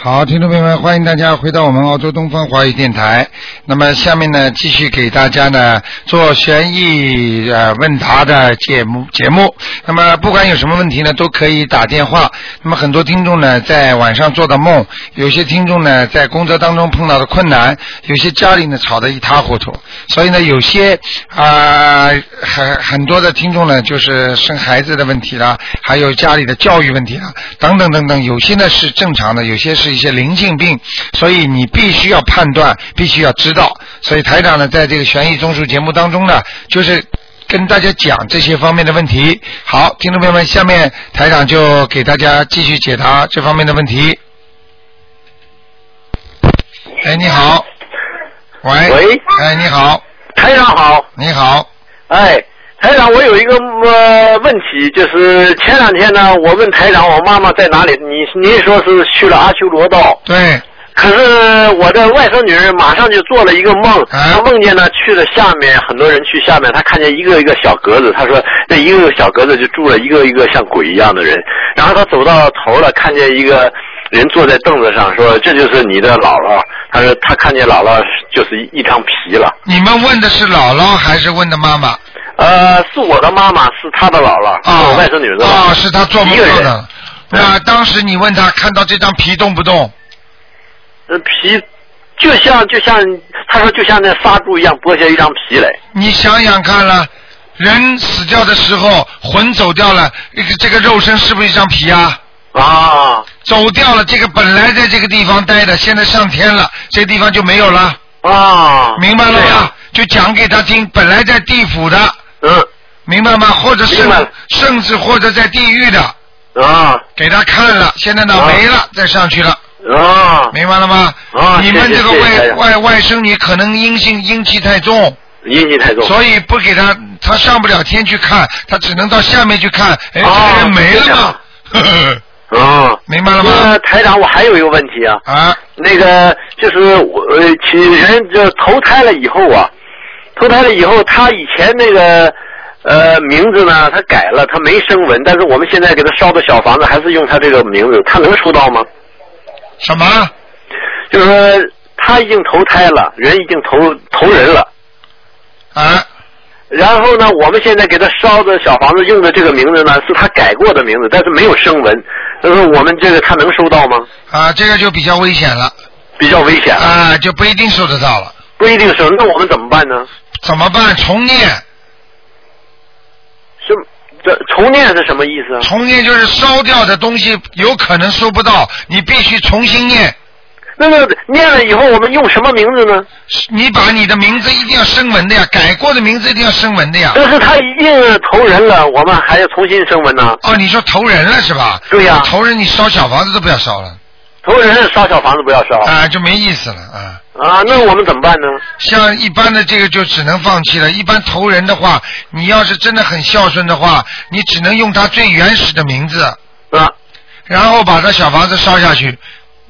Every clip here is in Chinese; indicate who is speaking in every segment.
Speaker 1: 好，听众朋友们，欢迎大家回到我们澳洲东方华语电台。那么下面呢，继续给大家呢做悬疑呃问答的节目节目。那么不管有什么问题呢，都可以打电话。那么很多听众呢在晚上做的梦，有些听众呢在工作当中碰到的困难，有些家里呢吵得一塌糊涂。所以呢，有些啊、很很多的听众呢，就是生孩子的问题啦，还有家里的教育问题啦，等等等等。有些呢是正常的，有些是一些灵性病，所以你必须要判断，必须要知道。所以台长呢，在这个悬疑综述节目当中呢，就是。跟大家讲这些方面的问题。好，听众朋友们，下面台长就给大家继续解答这方面的问题。哎，你好，喂，
Speaker 2: 喂，
Speaker 1: 哎，你好，
Speaker 2: 台长好，
Speaker 1: 你好，
Speaker 2: 哎，台长，我有一个呃问题，就是前两天呢，我问台长我妈妈在哪里，你您说是去了阿修罗道，
Speaker 1: 对，
Speaker 2: 可是我的外甥女儿马上就做了一个梦，
Speaker 1: 啊
Speaker 2: 她梦见呢去了下面，很多人去下面，她看见一个一个小格子，她说这一个一个小格子就住了一个一个像鬼一样的人，然后她走到头了，看见一个人坐在凳子上，说这就是你的姥姥，她说她看见姥姥就是一一张皮了。
Speaker 1: 你们问的是姥姥还是问的妈妈？
Speaker 2: 呃，是我的妈妈，是她的姥姥，是
Speaker 1: 啊，
Speaker 2: 我外甥女的
Speaker 1: 啊，
Speaker 2: 姥
Speaker 1: 是他做梦
Speaker 2: 一个
Speaker 1: 做
Speaker 2: 人
Speaker 1: 的。那当时你问他看到这张皮动不动？
Speaker 2: 呃，皮就像就像她说就像那杀猪一样剥下一张皮来。
Speaker 1: 你想想看了，人死掉的时候魂走掉了，这个这个肉身是不是一张皮啊？
Speaker 2: 啊
Speaker 1: 走掉了，这个本来在这个地方待的，现在上天了，这个地方就没有了，
Speaker 2: 啊，
Speaker 1: 明白了
Speaker 2: 这
Speaker 1: 吗
Speaker 2: 样？？
Speaker 1: 就讲给他听，本来在地府的，
Speaker 2: 嗯
Speaker 1: 明白吗？或者甚
Speaker 2: 明白了
Speaker 1: 甚至或者在地狱的，
Speaker 2: 啊
Speaker 1: 给他看了，现在呢
Speaker 2: 啊
Speaker 1: 没了，再上去了。
Speaker 2: 啊，
Speaker 1: 明白了吗？
Speaker 2: 啊
Speaker 1: 你们
Speaker 2: 谢
Speaker 1: 这
Speaker 2: 谢
Speaker 1: 个
Speaker 2: 谢谢台
Speaker 1: 外
Speaker 2: 长
Speaker 1: 外外甥女可能阴性阴气太重，
Speaker 2: 阴气太重。
Speaker 1: 所以不给她，
Speaker 2: 嗯
Speaker 1: 她上不了天去看，她只能到下面去看。哎，这个人没了吗？呵呵
Speaker 2: 啊，
Speaker 1: 明白了吗？
Speaker 2: 那台长，我还有一个问题啊。
Speaker 1: 啊，
Speaker 2: 那个就是我呃，其人就投胎了以后啊，投胎了以后，他以前那个呃名字呢，他改了，他没声纹，但是我们现在给他烧的小房子还是用他这个名字，他能收到吗？
Speaker 1: 什么？
Speaker 2: 就是说他已经投胎了，人已经投投人了，
Speaker 1: 啊，
Speaker 2: 然后呢，我们现在给他烧的小房子用的这个名字呢，是他改过的名字，但是没有声纹，就是说我们这个他能收到吗？
Speaker 1: 啊，这个就比较危险了，
Speaker 2: 比较危险，
Speaker 1: 啊，就不一定收得到了。
Speaker 2: 不一定收，那我们怎么办呢？
Speaker 1: 怎么办？重念，
Speaker 2: 是这重念是什么意思啊？
Speaker 1: 重念就是烧掉的东西有可能收不到，你必须重新念。
Speaker 2: 那么念了以后，我们用什么名字呢？
Speaker 1: 你把你的名字一定要声纹的呀，改过的名字一定要声纹的呀。
Speaker 2: 但是他已经投人了，我们还要重新升文呢。
Speaker 1: 哦，你说投人了是吧？
Speaker 2: 对啊呀
Speaker 1: 投人你烧小房子都不要烧了，
Speaker 2: 投人烧小房子不要烧
Speaker 1: 啊、就没意思了啊。
Speaker 2: 啊，那我们怎么办呢？
Speaker 1: 像一般的这个就只能放弃了。一般投人的话，你要是真的很孝顺的话，你只能用他最原始的名字，
Speaker 2: 啊，
Speaker 1: 然后把他小房子烧下去。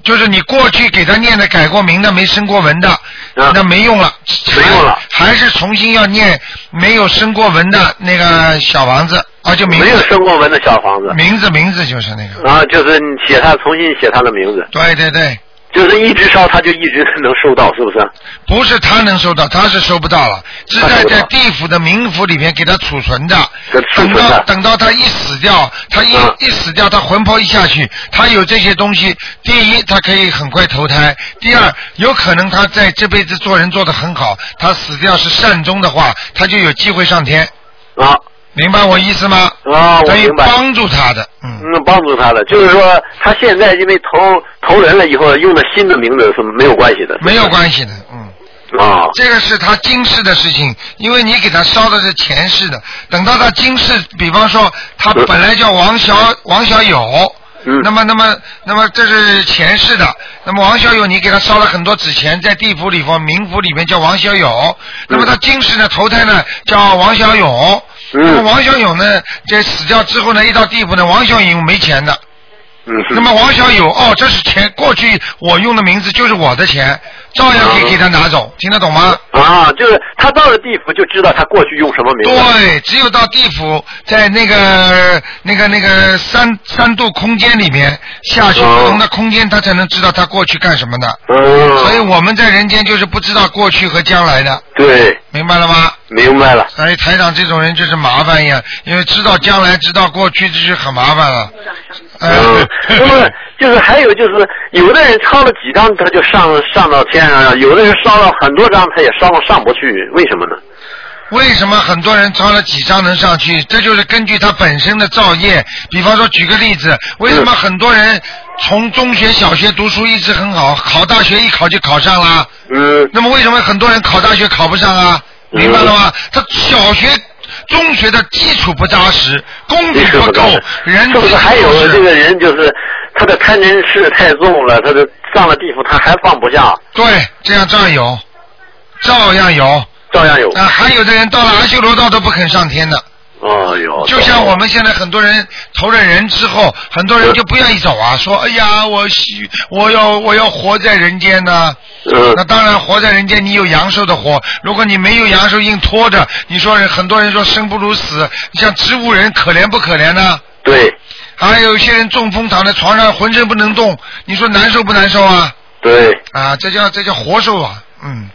Speaker 1: 就是你过去给他念的改过名的、没生过文的，
Speaker 2: 啊
Speaker 1: 那没用了，
Speaker 2: 嗯没用了
Speaker 1: 还是重新要念没有生过文的那个小房子啊，就名
Speaker 2: 没有
Speaker 1: 字
Speaker 2: 升过文的小房子
Speaker 1: 名字名字就是那个，
Speaker 2: 啊，就是你写他重新写他的名字，
Speaker 1: 对对对。
Speaker 2: 就是一直烧，他就一直 能收到，是不是？
Speaker 1: 不是他能收到，他是收不到了，是
Speaker 2: 他
Speaker 1: 在
Speaker 2: 收不到
Speaker 1: 在地府的冥府里面给他储存的
Speaker 2: 给。储
Speaker 1: 等
Speaker 2: 存的
Speaker 1: 到等到他一死掉，他一、
Speaker 2: 嗯
Speaker 1: 一死掉，他魂魄一下去，他有这些东西，第一他可以很快投胎，第二有可能他在这辈子做人做得很好，他死掉是善终的话，他就有机会上天，
Speaker 2: 啊
Speaker 1: 明白我意思吗？
Speaker 2: 啊，我
Speaker 1: 可以
Speaker 2: 明白。
Speaker 1: 帮助他的，嗯，
Speaker 2: 嗯，帮助他的，就是说他现在因为投投人了以后，用的新的名字是没有关系的。
Speaker 1: 没有关系的，嗯。
Speaker 2: 啊
Speaker 1: 这个是他今世的事情，因为你给他烧的是前世的。等到他今世，比方说他本来叫王小王小友，
Speaker 2: 嗯
Speaker 1: 那么那么那么这是前世的。那么王小友，你给他烧了很多纸钱，在地
Speaker 2: 嗯
Speaker 1: 府里方冥府里面叫王小友。那么他今世呢投胎呢叫王小勇，那么
Speaker 2: 嗯
Speaker 1: 王小勇呢，这死掉之后呢，一到地府呢，王小勇没钱的。
Speaker 2: 嗯，
Speaker 1: 那么王小勇，哦，这是钱，过去我用的名字就是我的钱，照样可以给他拿走，听得懂吗？
Speaker 2: 啊，就是他到了地府就知道他过去用什么名字。
Speaker 1: 对，只有到地府，在那个那个那个三三度空间里面下去
Speaker 2: 哦
Speaker 1: 不同的空间，他才能知道他过去干什么的。
Speaker 2: 嗯，
Speaker 1: 所以我们在人间就是不知道过去和将来的，
Speaker 2: 对，
Speaker 1: 明白了吗？
Speaker 2: 明白了。
Speaker 1: 所以台长这种人就是麻烦呀，因为知道将来、知道过去，这就是很麻烦了。呃
Speaker 2: 嗯， 那么就是还有就是，有的人抄了几张他就上上到天上了，有的人烧了很多张他也烧上不去，为什么呢？
Speaker 1: 为什么很多人抄了几张能上去？这就是根据他本身的造业。比方说，举个例子，为什么很多人从中学、小学读书一直很好，考大学一考就考上了？
Speaker 2: 嗯
Speaker 1: 那么为什么很多人考大学考不上啊？
Speaker 2: 嗯
Speaker 1: 明白了吗？他小学、中学的基础不扎实，功底
Speaker 2: 这是
Speaker 1: 不
Speaker 2: 不
Speaker 1: 够
Speaker 2: 高的，
Speaker 1: 人
Speaker 2: 是不
Speaker 1: 品
Speaker 2: 是还有这个人就是他的贪嗔痴太重了，他的上了地府他还放不下，
Speaker 1: 对，这样照样有，照样有。
Speaker 2: 照样有。
Speaker 1: 啊，还有的人到了阿修罗道都不肯上天的，
Speaker 2: 哦哟，
Speaker 1: 就像我们现在很多人投了人之后，很多人就不愿意走啊，说哎呀，我喜我要我要活在人间呐。
Speaker 2: 嗯
Speaker 1: 那当然，活在人间，你有阳寿的活。如果你没有阳寿，硬拖着，你说人很多人说生不如死，你像植物人可怜不可怜呢？
Speaker 2: 对
Speaker 1: 还有一些人中风躺在床上，浑身不能动，你说难受不难受啊？
Speaker 2: 对，
Speaker 1: 啊，这叫这叫活受啊，嗯，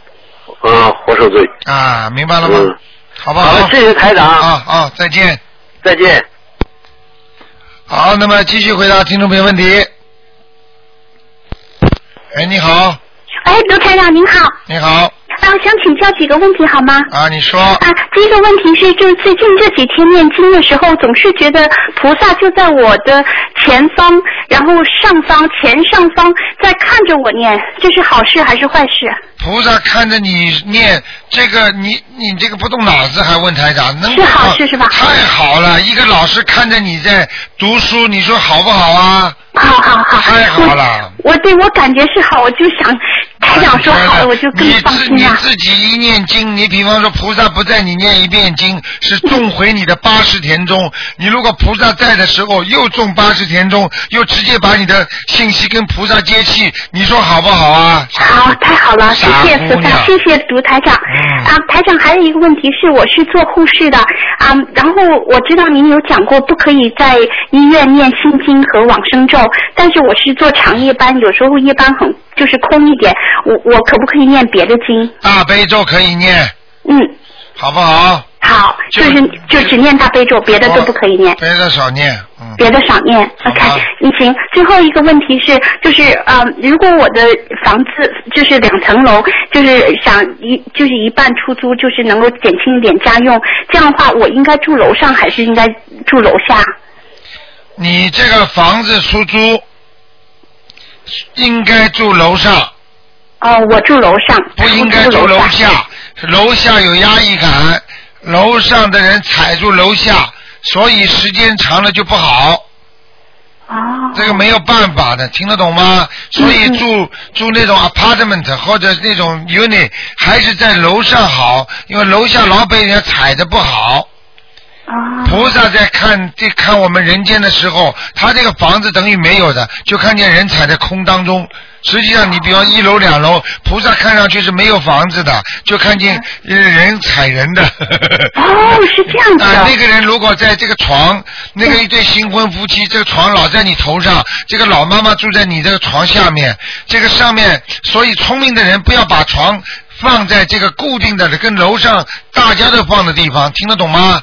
Speaker 2: 嗯，活受罪。
Speaker 1: 啊，明白了吗？
Speaker 2: 嗯，
Speaker 1: 好不
Speaker 2: 好了，谢谢台长，
Speaker 1: 啊啊，再见。
Speaker 2: 再见。
Speaker 1: 好，那么继续回答听众朋友问题。哎，你好，
Speaker 3: 哎，刘台长您好，
Speaker 1: 你好
Speaker 3: 啊，我想请教几个问题好吗？
Speaker 1: 啊，你说
Speaker 3: 啊，第一个问题是，就是最近这几天念经的时候，总是觉得菩萨就在我的前方，然后上方、前上方在看着我念，这是好事还是坏事？啊
Speaker 1: 菩萨看着你念这个，你你这个不动脑子还问台长，能
Speaker 3: 是好事是吧
Speaker 1: 太好了，一个老师看着你在读书，你说好不好啊？
Speaker 3: 好好好，
Speaker 1: 太好了。哎
Speaker 3: 我我对我感觉是好，我就想台长说好了，我就更
Speaker 1: 你
Speaker 3: 放
Speaker 1: 自
Speaker 3: 心
Speaker 1: 你
Speaker 3: 了。
Speaker 1: 自己一念经，你比方说菩萨不在，你念一遍经是
Speaker 3: 嗯
Speaker 1: 种回你的八十田中。你如果菩萨在的时候又种八十田中，又直接把你的信息跟菩萨接气，你说好不好啊？
Speaker 3: 好，太好了，谢谢
Speaker 1: 傻姑
Speaker 3: 菩萨，
Speaker 1: 娘
Speaker 3: 谢谢卢台长。
Speaker 1: 嗯
Speaker 3: 啊，台长还有一个问题是，我是做护士的啊，然后我知道您有讲过不可以在医院念心经和往生咒，但是我是做长夜班，有时候夜班很就是空一点，我我可不可以念别的经？
Speaker 1: 大悲咒可以念，
Speaker 3: 嗯，
Speaker 1: 好不好？
Speaker 3: 好，
Speaker 1: 就
Speaker 3: 就是就只念大悲咒，别的都不可以念。
Speaker 1: 别的少念，嗯。
Speaker 3: 别的少念
Speaker 1: 好
Speaker 3: ，OK，
Speaker 1: 吧
Speaker 3: 嗯行。最后一个问题是，就是呃，如果我的房子就是两层楼，就是想一就是一半出租，就是能够减轻一点家用，这样的话，我应该住楼上还是应该住楼下？
Speaker 1: 你这个房子出租，应该住楼上，
Speaker 3: 哦，我住楼上，
Speaker 1: 不应该
Speaker 3: 然后
Speaker 1: 住
Speaker 3: 住
Speaker 1: 楼
Speaker 3: 楼
Speaker 1: 下。楼下有压抑感，楼上的人踩住楼下，所以时间长了就不好。
Speaker 3: 哦，
Speaker 1: 这个没有办法的，听得懂吗？所以住、住那种 apartment 或者那种 unit 还是在楼上好，因为楼下老被人家踩的不好。
Speaker 3: 哦，
Speaker 1: 菩萨在看这看我们人间的时候，他这个房子等于没有的，就看见人踩在空当中。实际上，你比方一楼两楼，菩萨看上去是没有房子的，就看见呃人踩人的。
Speaker 3: 哦，是这样子
Speaker 1: 啊、那
Speaker 3: 的。
Speaker 1: 个人如果在这个床，那个一对新婚夫妻，这个床老在你头上，这个老妈妈住在你这个床下面，这个上面，所以聪明的人不要把床放在这个固定的跟楼上大家都放的地方，听得懂吗？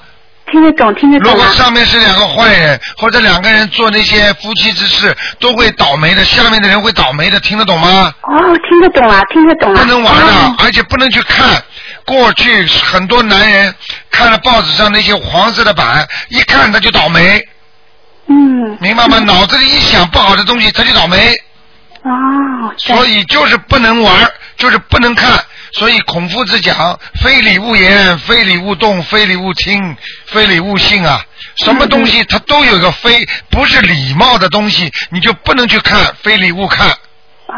Speaker 3: 听得懂， 听得
Speaker 1: 如
Speaker 3: 懂
Speaker 1: 果
Speaker 3: 啊。
Speaker 1: 上面是两个坏人，或者两个人做那些夫妻之事，都会倒霉的，下面的人会倒霉的，听得懂吗？
Speaker 3: 哦，听得懂啊，听得懂啊。
Speaker 1: 不能玩的，
Speaker 3: 哦
Speaker 1: 而且不能去看。过去很多男人看了报纸上那些黄色的版，一看他就倒霉，
Speaker 3: 嗯。
Speaker 1: 明白吗？脑子里一想不好的东西，他就倒霉。
Speaker 3: 哦，对
Speaker 1: 所以就是不能玩，就是不能看。所以孔夫子讲：“非礼勿言，非礼勿动，非礼勿听，非礼勿信啊！”什么东
Speaker 3: 嗯
Speaker 1: 西它都有一个非，不是礼貌的东西，你就不能去看，非礼勿看，
Speaker 3: 哦，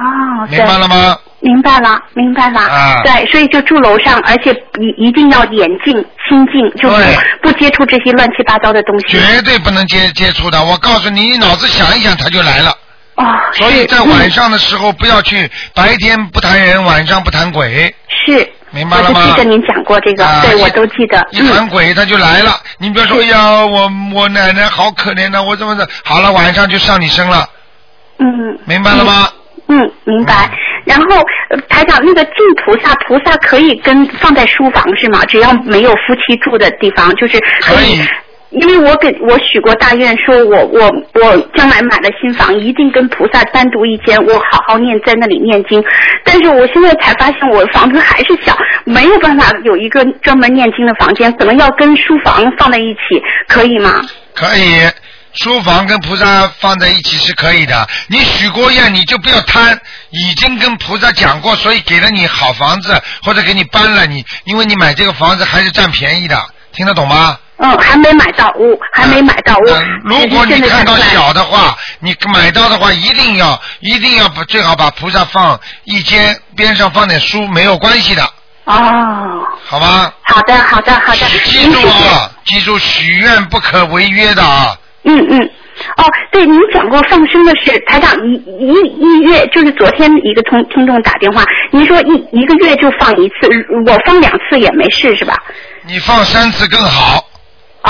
Speaker 1: 明白
Speaker 3: 对。
Speaker 1: 了吗？
Speaker 3: 明白了，明白了。
Speaker 1: 啊
Speaker 3: 对，所以就住楼上，而且一一定要眼静、心静，就
Speaker 1: 对
Speaker 3: 不不接触这些乱七八糟的东西。
Speaker 1: 绝对不能接接触的。我告诉你，你脑子想一想，它就来了。
Speaker 3: 哦，
Speaker 1: 所以
Speaker 3: 是
Speaker 1: 在
Speaker 3: 嗯
Speaker 1: 晚上的时候不要去，白天不谈人，晚上不谈鬼。
Speaker 3: 是，
Speaker 1: 明白了吗
Speaker 3: 我就记得您讲过这个，
Speaker 1: 啊
Speaker 3: 对
Speaker 1: 一
Speaker 3: 我都记得。
Speaker 1: 一谈
Speaker 3: 嗯，
Speaker 1: 鬼他就来了，你不要说，哎呀，我我奶奶好可怜呐、我怎么的？好了，晚上就上你身了，
Speaker 3: 嗯，
Speaker 1: 明白了吗？
Speaker 3: 嗯，明白。然后呃台长，那个净菩萨，菩萨可以跟放在书房是吗？只要没有夫妻住的地方，就是
Speaker 1: 可以。
Speaker 3: 因为我给我许过大愿，说我我我将来买了新房，一定跟菩萨单独一间，我好好念，在那里念经。但是我现在才发现，我房子还是小，没有办法有一个专门念经的房间，可能要跟书房放在一起，可以吗？
Speaker 1: 可以，书房跟菩萨放在一起是可以的。你许过愿，你就不要贪，已经跟菩萨讲过，所以给了你好房子，或者给你搬了你，因为你买这个房子还是占便宜的，听得懂吗？
Speaker 3: 嗯，还没买到，我还没买到，我
Speaker 1: 呃如果你
Speaker 3: 只是现在
Speaker 1: 看到
Speaker 3: 才出来
Speaker 1: 小的话，你买到的话，一定要一定要把最好把菩萨放一间，边上放点书，没有关系的，
Speaker 3: 哦，
Speaker 1: 好吗？
Speaker 3: 好的，好的，好的，
Speaker 1: 记
Speaker 3: 您
Speaker 1: 住
Speaker 3: 谢谢。
Speaker 1: 啊，记住许愿不可违约的啊。
Speaker 3: 嗯嗯，哦，对，您讲过放生的事，台长一一一月就是昨天一个通听众打电话，您说一一个月就放一次，我放两次也没事是吧？
Speaker 1: 你放三次更好，
Speaker 3: 哦，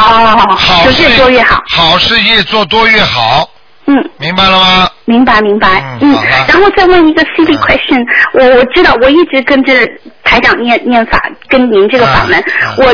Speaker 1: 好
Speaker 3: 就
Speaker 1: 事
Speaker 3: 越多越好。
Speaker 1: 好事越做多越好，
Speaker 3: 嗯，
Speaker 1: 明白了吗？
Speaker 3: 明白明白。
Speaker 1: 嗯
Speaker 3: 嗯，
Speaker 1: 好了
Speaker 3: 然后再问一个 silly question，、我我知道我一直跟着台长念念法，跟您这个法门，
Speaker 1: 啊啊
Speaker 3: 我。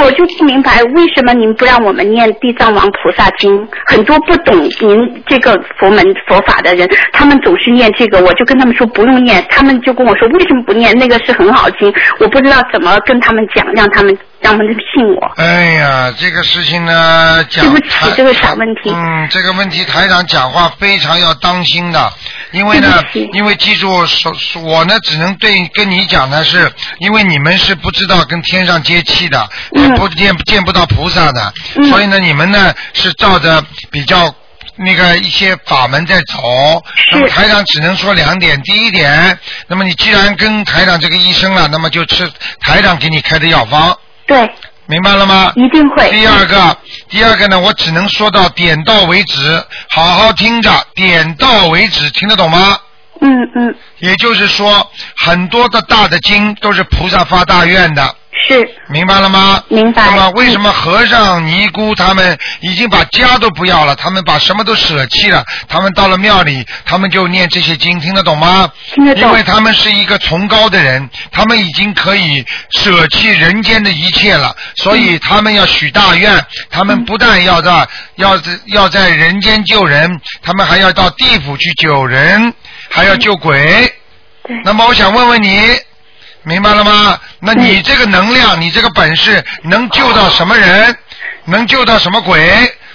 Speaker 3: 我就不明白为什么您不让我们念地藏王菩萨经？很多不懂您这个佛门佛法的人，他们总是念这个，我就跟他们说不用念，他们就跟我说为什么不念？那个是很好经，我不知道怎么跟他们讲，让他们让他们信我。
Speaker 1: 哎呀，这个事情呢，讲
Speaker 3: 对不起
Speaker 1: 台
Speaker 3: 这个小问题
Speaker 1: 嗯，这个问题台长讲话非常要当心的，因为呢
Speaker 3: 对不，起
Speaker 1: 因为记住，所所我呢只能对跟你讲的是，因为你们是不知道跟天上接气的，也
Speaker 3: 嗯
Speaker 1: 不见见不到菩萨的，
Speaker 3: 嗯
Speaker 1: 所以呢，你们呢是照着比较。那个一些法门在走，那么
Speaker 3: 是
Speaker 1: 台长只能说两点。第一点，那么你既然跟台长这个医生了，那么就吃台长给你开的药方，
Speaker 3: 对，
Speaker 1: 明白了吗？
Speaker 3: 一定会。
Speaker 1: 第二个，第二个呢，我只能说到点到为止，好好听着，点到为止，听得懂吗？
Speaker 3: 嗯嗯，
Speaker 1: 也就是说，很多的大的经都是菩萨发大愿的，
Speaker 3: 是
Speaker 1: 明白了吗？
Speaker 3: 明白
Speaker 1: 那么为什么和尚、尼姑他们已经把家都不要了，他们把什么都舍弃了，他们到了庙里，他们就念这些经，听得懂吗？
Speaker 3: 听得懂
Speaker 1: 因为他们是一个崇高的人，他们已经可以舍弃人间的一切了，所
Speaker 3: 嗯
Speaker 1: 以他们要许大愿，他们不但要在要在要在人间救人，他们还要到地府去救人，还
Speaker 3: 嗯
Speaker 1: 要救鬼。
Speaker 3: 对
Speaker 1: 那么我想问问你，明白了吗？那你这个能量，你这个本事，能救到什么人？能救到什么鬼？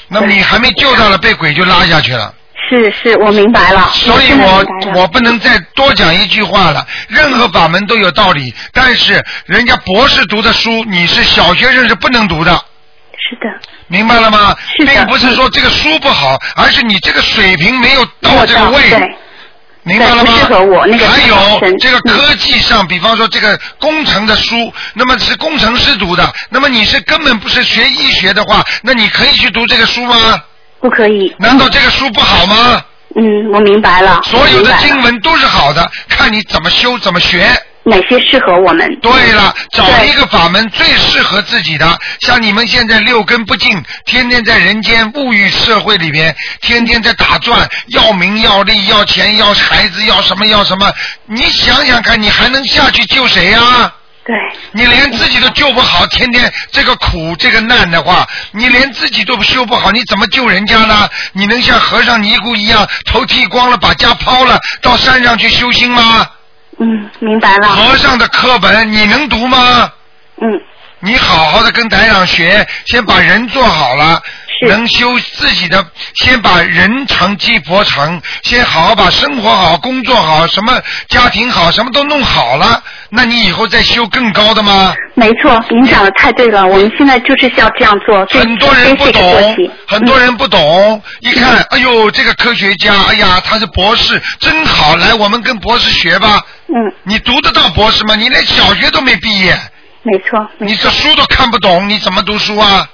Speaker 1: 那么你还没救到了，被鬼就拉下去了。
Speaker 3: 是是，我明白了。
Speaker 1: 所以
Speaker 3: 真的
Speaker 1: 我
Speaker 3: 明白了
Speaker 1: 我不能再多讲一句话了。任何法门都有道理，但是人家博士读的书，你是小学生是不能读的，
Speaker 3: 是的，
Speaker 1: 明白了吗？
Speaker 3: 是的
Speaker 1: 并不是说这个书不好，而是你这个水平没有到
Speaker 3: 我
Speaker 1: 这个
Speaker 3: 懂
Speaker 1: 位。
Speaker 3: 对，
Speaker 1: 明白了吗？
Speaker 3: 对不适合我那个
Speaker 1: 还
Speaker 3: 太
Speaker 1: 有
Speaker 3: 深
Speaker 1: 这个科技上，比方说这个工程的书，那么是工程师读的，那么你是根本不是学医学的话，那你可以去读这个书吗？
Speaker 3: 不可以。
Speaker 1: 难道这个书不好吗？
Speaker 3: 嗯，我明白了。
Speaker 1: 所有
Speaker 3: 我明
Speaker 1: 的
Speaker 3: 白了
Speaker 1: 经文都是好的，看你怎么修怎么学。
Speaker 3: 哪些适合我们？
Speaker 1: 对了，找
Speaker 3: 对
Speaker 1: 一个法门最适合自己的。像你们现在六根不净，天天在人间物欲社会里边，天天在打转，要名要利要钱要孩子要什么要什么，你想想看，你还能下去救谁呀、
Speaker 3: 对，
Speaker 1: 你连自己都救不好，天天这个苦这个难的话，你连自己都修不好，你怎么救人家呢？你能像和尚尼姑一样头剃光了，把家抛了，到山上去修心吗？
Speaker 3: 嗯，明白了。
Speaker 1: 和尚的课本你能读吗？
Speaker 3: 嗯，
Speaker 1: 你好好的跟台长学，先把人做好了，
Speaker 3: 是
Speaker 1: 能修自己的，先把人成即佛成，先好好把生活好、工作好、什么家庭好，什么都弄好了，那你以后再修更高的吗？
Speaker 3: 没错，您讲的太对了。我们现在就是要这样做，
Speaker 1: 嗯
Speaker 3: 对
Speaker 1: 很多人不
Speaker 3: 这个逻
Speaker 1: 懂
Speaker 3: 辑，
Speaker 1: 很多
Speaker 4: 嗯
Speaker 1: 人不
Speaker 3: 嗯
Speaker 1: 懂，一看，哎呦，这个科学家，哎呀，他是博士，真好，来，我们跟博士学吧。
Speaker 3: 嗯，
Speaker 1: 你读得到博士吗？你连小学都没毕业，
Speaker 3: 没错，没
Speaker 1: 你这书都看不懂，你怎么读书啊？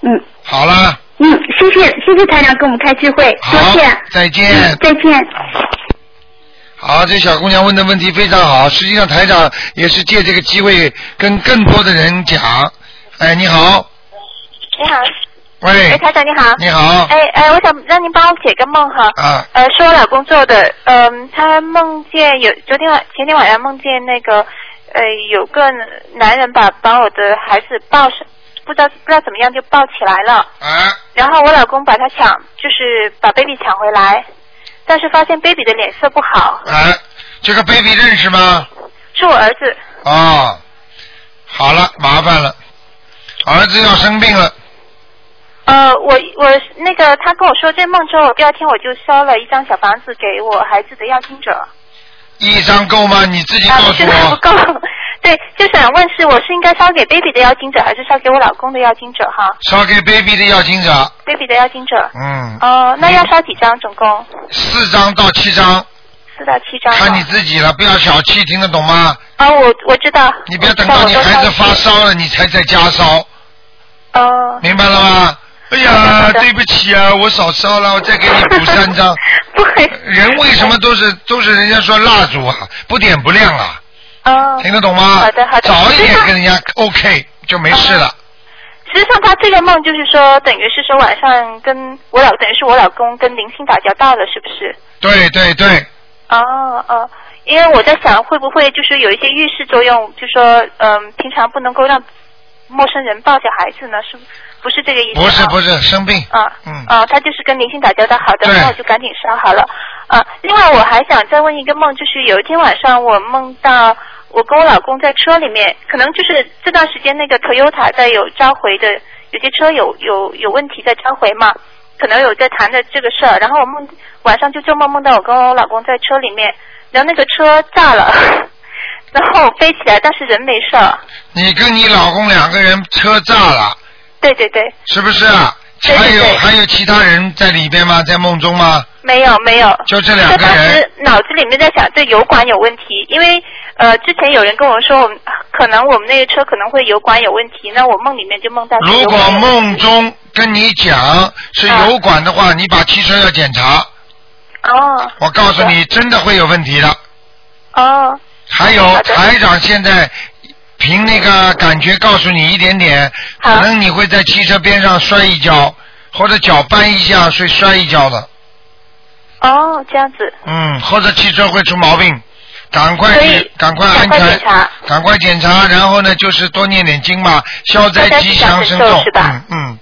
Speaker 3: 嗯
Speaker 1: 好了，
Speaker 3: 嗯，谢谢谢谢台长给我们开智慧，多
Speaker 1: 好
Speaker 3: 谢，，
Speaker 1: 再见
Speaker 3: 嗯。再见。
Speaker 1: 好，这小姑娘问的问题非常好，实际上台长也是借这个机会跟更多的人讲。哎，你好，
Speaker 5: 你好，哎，
Speaker 1: 喂，
Speaker 5: 台长你好。
Speaker 1: 你好，
Speaker 5: 哎哎，我想让您帮我解个梦哈。
Speaker 1: 啊，
Speaker 5: 呃，是我老公做的。嗯、他梦见有昨天晚前天晚上梦见那个呃有个男人把把我的孩子抱上，不知道不知道怎么样就抱起来了。
Speaker 1: 啊，
Speaker 5: 然后我老公把他抢，就是把 baby 抢回来，但是发现 baby 的脸色不好，
Speaker 1: 啊，这个 baby 认识吗？
Speaker 5: 是我儿子。
Speaker 1: 哦，好了，麻烦了，儿子要生病了，
Speaker 5: 呃，我我那个他跟我说这梦之后，第二天我就烧了一张小房子给我孩子的要经者。
Speaker 1: 一张够吗？你自己
Speaker 5: 啊，
Speaker 1: 告诉
Speaker 5: 这个还不
Speaker 1: 我。
Speaker 5: 够。对，就想问是我是应该烧给 baby 的邀请者，还是烧给我老公的邀请者哈
Speaker 1: 烧给 baby 的要经者，
Speaker 5: ？baby 的邀请者。
Speaker 1: 嗯，
Speaker 5: 哦、那要烧几张总共？
Speaker 1: 四张到七张，
Speaker 5: 四到七张。
Speaker 1: 看你。自己了，不要小气，听得懂吗？
Speaker 5: 啊，我我知道。
Speaker 1: 你不要等
Speaker 5: 哦
Speaker 1: 到你孩子发
Speaker 5: 烧。
Speaker 1: 烧了，你才在家烧，
Speaker 5: 哦、
Speaker 1: 明白了吗？哎
Speaker 5: 好
Speaker 1: 呀，
Speaker 5: 的
Speaker 1: 对不起啊，我少烧了，我再给你补三 张。
Speaker 5: 不会。
Speaker 1: 人为什么都是都是人家说蜡烛啊，不点不亮啊，
Speaker 5: 哦、
Speaker 1: 听得懂吗？
Speaker 5: 好的好哦的
Speaker 1: 早一
Speaker 5: 实际
Speaker 1: 点
Speaker 5: 上
Speaker 1: 跟人家 OK 就没事了。
Speaker 5: 实际上他这个梦就是说，等于是说晚上跟我老，等于是我老公跟灵性打交道了，是不是？
Speaker 1: 对对对，
Speaker 5: 哦哦，因为我在想，会不会就是有一些预示作用，就说嗯，平常不能够让陌生人抱着孩子呢，是不不是这个意思、啊？
Speaker 1: 不是不是生病，
Speaker 5: 啊，
Speaker 1: 嗯
Speaker 5: 啊，他就是跟明星打交道，好的，
Speaker 1: 对
Speaker 5: 那我就赶紧烧好了。啊，另外我还想再问一个梦，就是有一天晚上我梦到我跟我老公在车里面，可能就是这段时间那个 Toyota 在有召回的，有些车有有有问题在召回嘛，可能有在谈的这个事儿。然后我梦晚上就做梦梦到我跟我老公在车里面，然后那个车炸了， 然后我飞起来，但是人没事儿。
Speaker 1: 你跟你老公两个人车炸了，
Speaker 5: 对对对，
Speaker 1: 是不是啊？
Speaker 5: 对对
Speaker 1: 还有
Speaker 5: 对
Speaker 1: 还有其他人在里边吗？在梦中吗？
Speaker 5: 没有没有，
Speaker 1: 就这两
Speaker 5: 我
Speaker 1: 个
Speaker 5: 当
Speaker 1: 人
Speaker 5: 时脑子里面在想，这油管有问题，因为呃，之前有人跟我说，我们可能我们那个车可能会油管有问题，那我梦里面就梦到是
Speaker 1: 如
Speaker 5: 油
Speaker 1: 果
Speaker 5: 管有啊问题
Speaker 1: 梦中跟你讲是油管的话，你把汽车要检查。
Speaker 5: 哦
Speaker 1: 我告诉你，真的会有问题的。
Speaker 5: 哦
Speaker 1: 还有
Speaker 5: 好的
Speaker 1: 台长现在凭那个感觉告诉你一点点，
Speaker 5: 好
Speaker 1: 可能你会在汽车边上摔一跤，或者脚绊一下会摔一跤的，
Speaker 5: 哦，这样子，
Speaker 1: 嗯，或者汽车会出毛病，赶快
Speaker 5: 所
Speaker 1: 去
Speaker 5: 以，
Speaker 1: 赶快安
Speaker 5: 赶快检查
Speaker 1: 全，赶快检查，然后呢就是多念点经嘛，消灾
Speaker 5: 消灾
Speaker 1: 吉
Speaker 5: 吉祥
Speaker 1: 祥
Speaker 5: 神
Speaker 1: 神
Speaker 5: 咒
Speaker 1: 咒
Speaker 5: 是，吧
Speaker 1: 嗯嗯，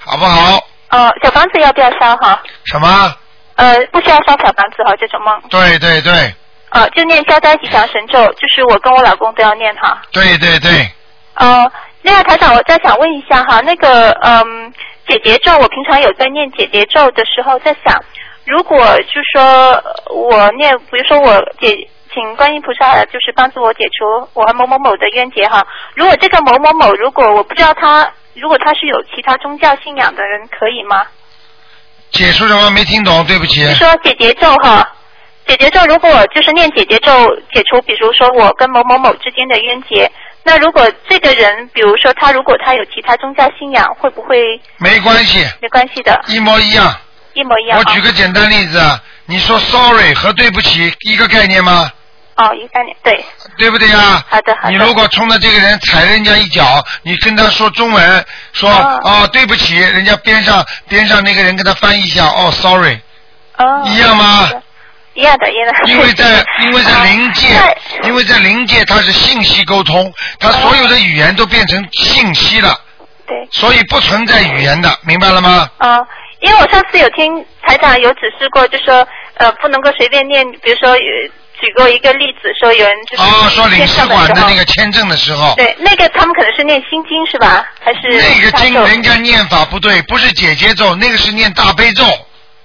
Speaker 1: 好不好？
Speaker 5: 哦，小房子要不要烧哈？
Speaker 1: 什么？
Speaker 5: 呃，不需要烧小房子哈，这种梦，
Speaker 1: 对对对
Speaker 5: 呃，就念消灾吉祥神咒，就是我跟我老公都要念哈。
Speaker 1: 对对对，
Speaker 5: 哦，另外台长，我再想问一下哈，那个嗯，姐姐咒，我平常有在念姐姐咒的时候，在想，如果就说呃我念，比如说我姐，请观音菩萨就是帮助我解除我和某某某的冤结哈。如果这个某某某，如果我不知道他，如果他是有其他宗教信仰的人，可以吗？
Speaker 1: 解除什么没听懂？对不起
Speaker 5: 就，说姐姐咒哈。姐姐咒，如果就是念姐姐咒解除，比如说我跟某某某之间的冤结，那如果这个人，比如说他如果他有其他宗教信仰，会不会
Speaker 1: 没关系，
Speaker 5: 没关系的？
Speaker 1: 一模一样。
Speaker 5: 一模一样
Speaker 1: 我
Speaker 5: 啊
Speaker 1: 举个简单例子，啊，你说 sorry 和对不起一个概念吗？
Speaker 5: 哦，一三年对，
Speaker 1: 对不对呀？
Speaker 5: 好的好的
Speaker 1: 你如果冲着这个人踩人家一脚，你跟他说中文，说
Speaker 5: 哦
Speaker 1: 哦对不起，人家边上边上那个人跟他翻译一下，哦 sorry，
Speaker 5: 哦，
Speaker 1: 一样吗
Speaker 5: 是的？一样的，一样的。
Speaker 1: 因为 在因为在灵界
Speaker 5: 啊，
Speaker 1: 因为在灵界它是信息沟通，它所有的语言都变成信息了，
Speaker 5: 对，
Speaker 1: 所以不存在语言的，明白了吗？
Speaker 5: 哦，因为我上次有听台长有指示过，就说呃不能够随便念，比如说呃举过一个例子，说有人就是
Speaker 1: 哦，说领
Speaker 5: 念
Speaker 1: 事
Speaker 5: 上的
Speaker 1: 馆
Speaker 5: 时
Speaker 1: 的
Speaker 5: 候
Speaker 1: 那个签证的时候，
Speaker 5: 对，那个他们可能是念心经是吧？还是
Speaker 1: 那个经
Speaker 5: 大咒
Speaker 1: 人家念法不对，不是姐姐咒，那个是念大悲咒，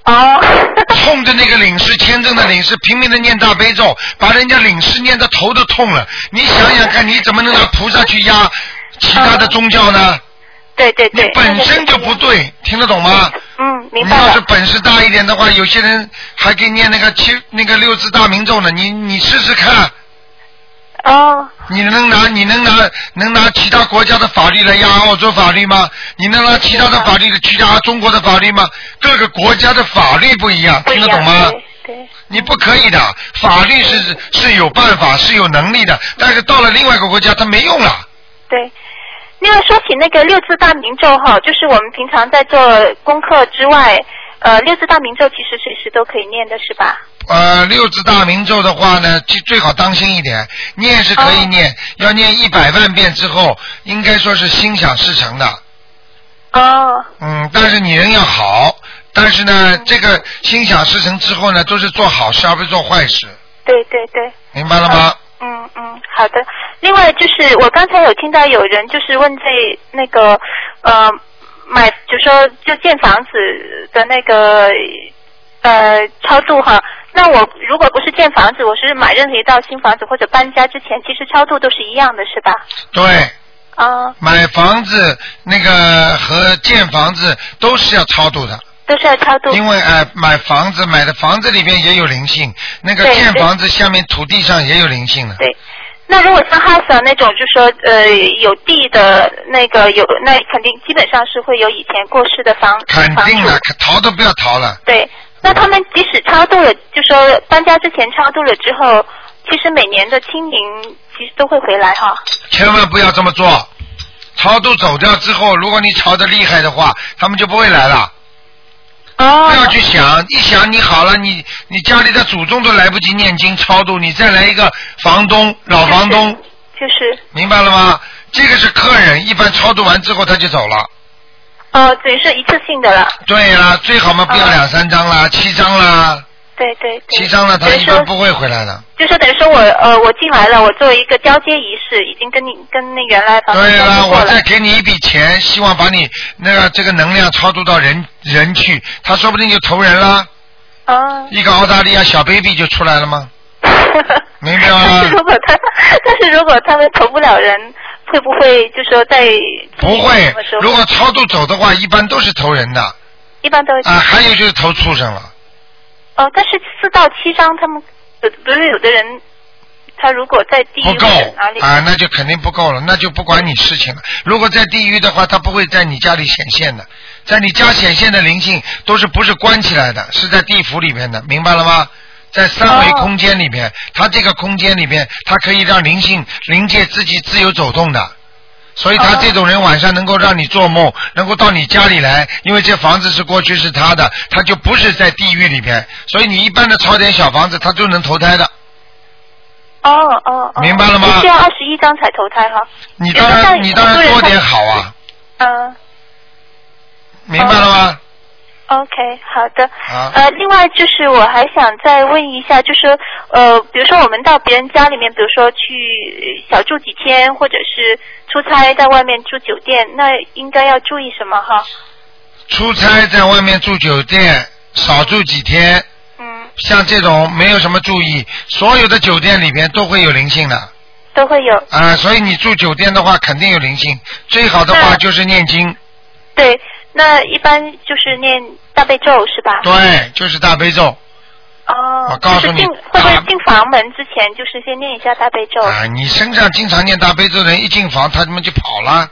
Speaker 5: 哦，
Speaker 1: 冲着那个领事签证的领事拼命的念大悲咒，把人家领事念的头都痛了。你想想看，你怎么能拿菩萨去压其他的宗教呢？
Speaker 5: 对对
Speaker 1: 你
Speaker 5: 嗯对，
Speaker 1: 本身就不对，听得懂吗？
Speaker 5: 嗯，明
Speaker 1: 你
Speaker 5: 白
Speaker 1: 要是
Speaker 5: 了。
Speaker 1: 本事大一点的话，有些人还给念那个七那个六字大明咒呢。你你试试看，
Speaker 5: 哦，
Speaker 1: 你能拿你能拿能拿其他国家的法律来压澳洲法律吗？你能拿其他的法律来去压中国的法律吗？各个国家的法律不一样，
Speaker 5: 不一
Speaker 1: 听得
Speaker 5: 样
Speaker 1: 懂吗？
Speaker 5: 对对，
Speaker 1: 你不可以的，法律是是有办法是有能力的，但是到了另外一个国家它没用了。
Speaker 5: 对。另外说起那个六字大明咒哈，就是我们平常在做功课之外，呃，六字大明咒其实随时都可以念的是吧？
Speaker 1: 呃，六字大明咒的话呢，最最好当心一点，念是可
Speaker 5: 哦
Speaker 1: 以念，要念一百万遍之后，应该说是心想事成的。
Speaker 5: 哦，
Speaker 1: 嗯，但是你人要好，但是呢，
Speaker 5: 嗯
Speaker 1: 这个心想事成之后呢，都是做好事而不是做坏事，
Speaker 5: 对对对。
Speaker 1: 明白了吗？
Speaker 5: 嗯嗯，好的。另外就是我刚才有听到有人就是问这那个呃买，就说就建房子的那个呃超度哈。那我如果不是建房子，我是买任何一道新房子或者搬家之前，其实超度都是一样的，是吧？
Speaker 1: 对，
Speaker 5: 啊、
Speaker 1: 买房子那个和建房子都是要超度的，
Speaker 5: 都是要超度。
Speaker 1: 因为呃买房子买的房子里边也有灵性，那个
Speaker 5: 对
Speaker 1: 建房子下面土地上也有灵性的。
Speaker 5: 对。那如果像 house 啊那种，就说呃有地的那个有，那肯定基本上是会有以前过世的房
Speaker 1: 肯定
Speaker 5: 房
Speaker 1: 的
Speaker 5: 主，
Speaker 1: 逃都不要逃了。
Speaker 5: 对，那他们即使超度了，就说搬家之前超度了之后，其实每年的清明其实都会回来哈。
Speaker 1: 千万不要这么做。超度走掉之后，如果你吵得厉害的话，他们就不会来了。
Speaker 5: 哦
Speaker 1: 不要去想，一想你好了，你你家里的祖宗都来不及念经超度，你再来一个房东老房东，
Speaker 5: 就是
Speaker 1: 明白了吗？这个是客人，一般超度完之后他就走了。
Speaker 5: 呃，等于是一次性的了。
Speaker 1: 对呀、最好嘛不要
Speaker 5: 哦
Speaker 1: 两三张啦，七张啦，
Speaker 5: 对对对。
Speaker 1: 七张了他
Speaker 5: 等于
Speaker 1: 一般
Speaker 5: 说，
Speaker 1: 不会回来的。
Speaker 5: 就说等于说我呃我进来了，我做一个交接仪式，已经跟你跟那原来房东
Speaker 1: 对
Speaker 5: 交
Speaker 1: 了，
Speaker 5: 接过
Speaker 1: 我
Speaker 5: 了
Speaker 1: 再给你一笔钱，希望把你那个这个能量超度到人人去，他说不定就投人啦。
Speaker 5: 哦。
Speaker 1: 一个澳大利亚小 baby 就出来了吗？明白
Speaker 5: 但
Speaker 1: 吗
Speaker 5: 是？如果他，但是如果他们投不了人，会不会就说在
Speaker 1: 不会
Speaker 5: 什么时，候
Speaker 1: 如果超度走的话，一般都是投人的啊、
Speaker 5: 一般都会
Speaker 1: 还有就是投畜生了，
Speaker 5: 哦，但是四到七张，他们有不是有的人，他如果在地
Speaker 1: 不
Speaker 5: 狱
Speaker 1: 够
Speaker 5: 或者哪里，
Speaker 1: 啊，那就肯定不够了，那就不管你事情了。如果在地狱的话，他不会在你家里显现的，在你家显现的灵性都是不是关起来的，是在地府里面的，明白了吗？在三维
Speaker 5: 哦
Speaker 1: 空间里面，它这个空间里面，它可以让灵性灵界自己自由走动的。所以他
Speaker 5: 哦
Speaker 1: 这种人晚上能够让你做梦，能够到你家里来，因为这房子是过去是他的，他就不是在地狱里边。所以你一般的抄点小房子，他就能投胎的。
Speaker 5: 哦哦哦，
Speaker 1: 明白了吗
Speaker 5: 需要二十一张才投胎哈，
Speaker 1: 你当
Speaker 5: 有的
Speaker 1: 然
Speaker 5: 像
Speaker 1: 你当然多点好啊，
Speaker 5: 嗯、
Speaker 1: 明白了吗？
Speaker 5: o k 好的。
Speaker 1: 啊
Speaker 5: 呃，另外就是我还想再问一下，就是呃，比如说我们到别人家里面，比如说去小住几天，或者是出差在外面住酒店，那应该要注意什么哈？
Speaker 1: 出差在外面住酒店，少住几天，
Speaker 5: 嗯，
Speaker 1: 像这种没有什么注意，所有的酒店里边都会有灵性的啊、
Speaker 5: 都会有。
Speaker 1: 所以你住酒店的话，肯定有灵性。最好的话
Speaker 5: 那
Speaker 1: 就是念经，
Speaker 5: 对，那一般就是念大悲咒是吧？
Speaker 1: 对，就是大悲咒。
Speaker 5: 哦，
Speaker 1: 我告诉你
Speaker 5: 就是进会不
Speaker 1: 大
Speaker 5: 会进房门之前，就是先念一下大悲咒？
Speaker 1: 啊，你身上经常念大悲咒的人，一进房他们就跑了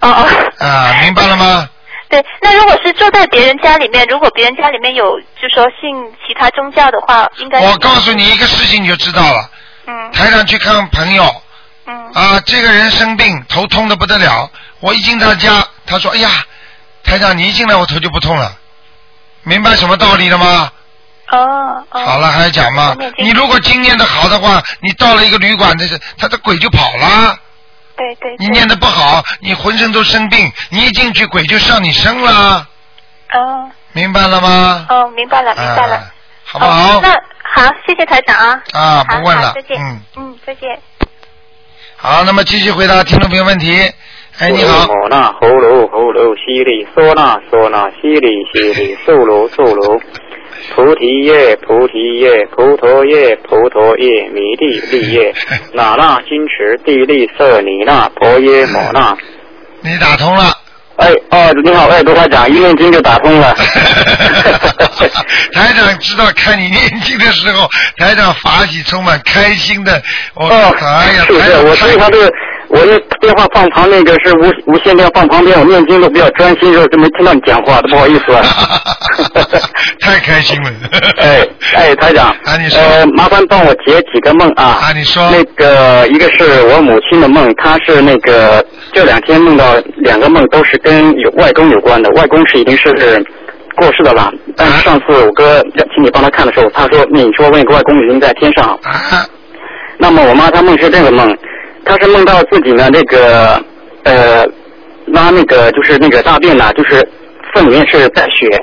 Speaker 5: 哦哦。
Speaker 1: 啊，明白了 吗？
Speaker 5: 对，那如果是住在别人家里面，如果别人家里面有就说信其他宗教的话，应该
Speaker 1: 我告诉你啊一个事情你就知道了，
Speaker 5: 嗯
Speaker 1: 台长去看朋友
Speaker 5: 嗯
Speaker 1: 啊，这个人生病，头痛的不得了，我一进他家，他说：“哎呀，台长你一进来我头就不痛了。”明白什么道理了吗？
Speaker 5: 哦哦。
Speaker 1: 好了，还要讲吗
Speaker 5: 后面？这
Speaker 1: 你如果经念的好的话，你到了一个旅馆，这是他的鬼就跑了。
Speaker 5: 对对
Speaker 1: 你
Speaker 5: 对。
Speaker 1: 念的不好，你浑身都生病，你一进去鬼就上你身了，
Speaker 5: 哦
Speaker 1: 明白了吗？
Speaker 5: 哦，明白了明白了，
Speaker 1: 啊，好不好
Speaker 5: 哦？那好，谢谢台长啊。
Speaker 1: 啊，不问
Speaker 5: 好
Speaker 1: 了
Speaker 5: 好，再见。
Speaker 1: 嗯，
Speaker 5: 嗯，再见。
Speaker 1: 好，那么继续回答听众朋友问题。哎，你好，
Speaker 6: 摩那喉咙喉咙西里娑那娑那西里西里娑罗娑罗。菩提叶，菩提叶，菩陀叶，菩陀叶，弥帝利叶，那那金持地利色尼那婆耶摩那。
Speaker 1: 你打通了，。
Speaker 6: 哎哦，你好，哎，罗台长，一念经就打通了
Speaker 1: 台长知道看你念经的时候，台长法喜充满，开心的。我、
Speaker 6: 哦，
Speaker 1: 哎呀，
Speaker 6: 是不
Speaker 1: 台
Speaker 6: 是？
Speaker 1: 长。
Speaker 6: 我所以他这个，我这电话放旁那个是无无线电放旁边，我念经都比较专心，时候就没听到你讲话，都不好意思啊
Speaker 1: 太开心了。
Speaker 6: 哎哎，台长，
Speaker 1: 啊你说
Speaker 6: 呃，麻烦帮我解几个梦啊。
Speaker 1: 啊你说
Speaker 6: 那个一个是我母亲的梦，她是那个这两天梦到两个梦都是跟有外公有关的，外公是已经是过世的了。但
Speaker 1: 啊
Speaker 6: 是上次我哥请你帮他看的时候，他说你说问外公已经在天上，
Speaker 1: 啊，
Speaker 6: 那么我妈她梦是这个梦，她是梦到自己呢那个呃拉那个就是那个大便呐、就是粪里面是带血，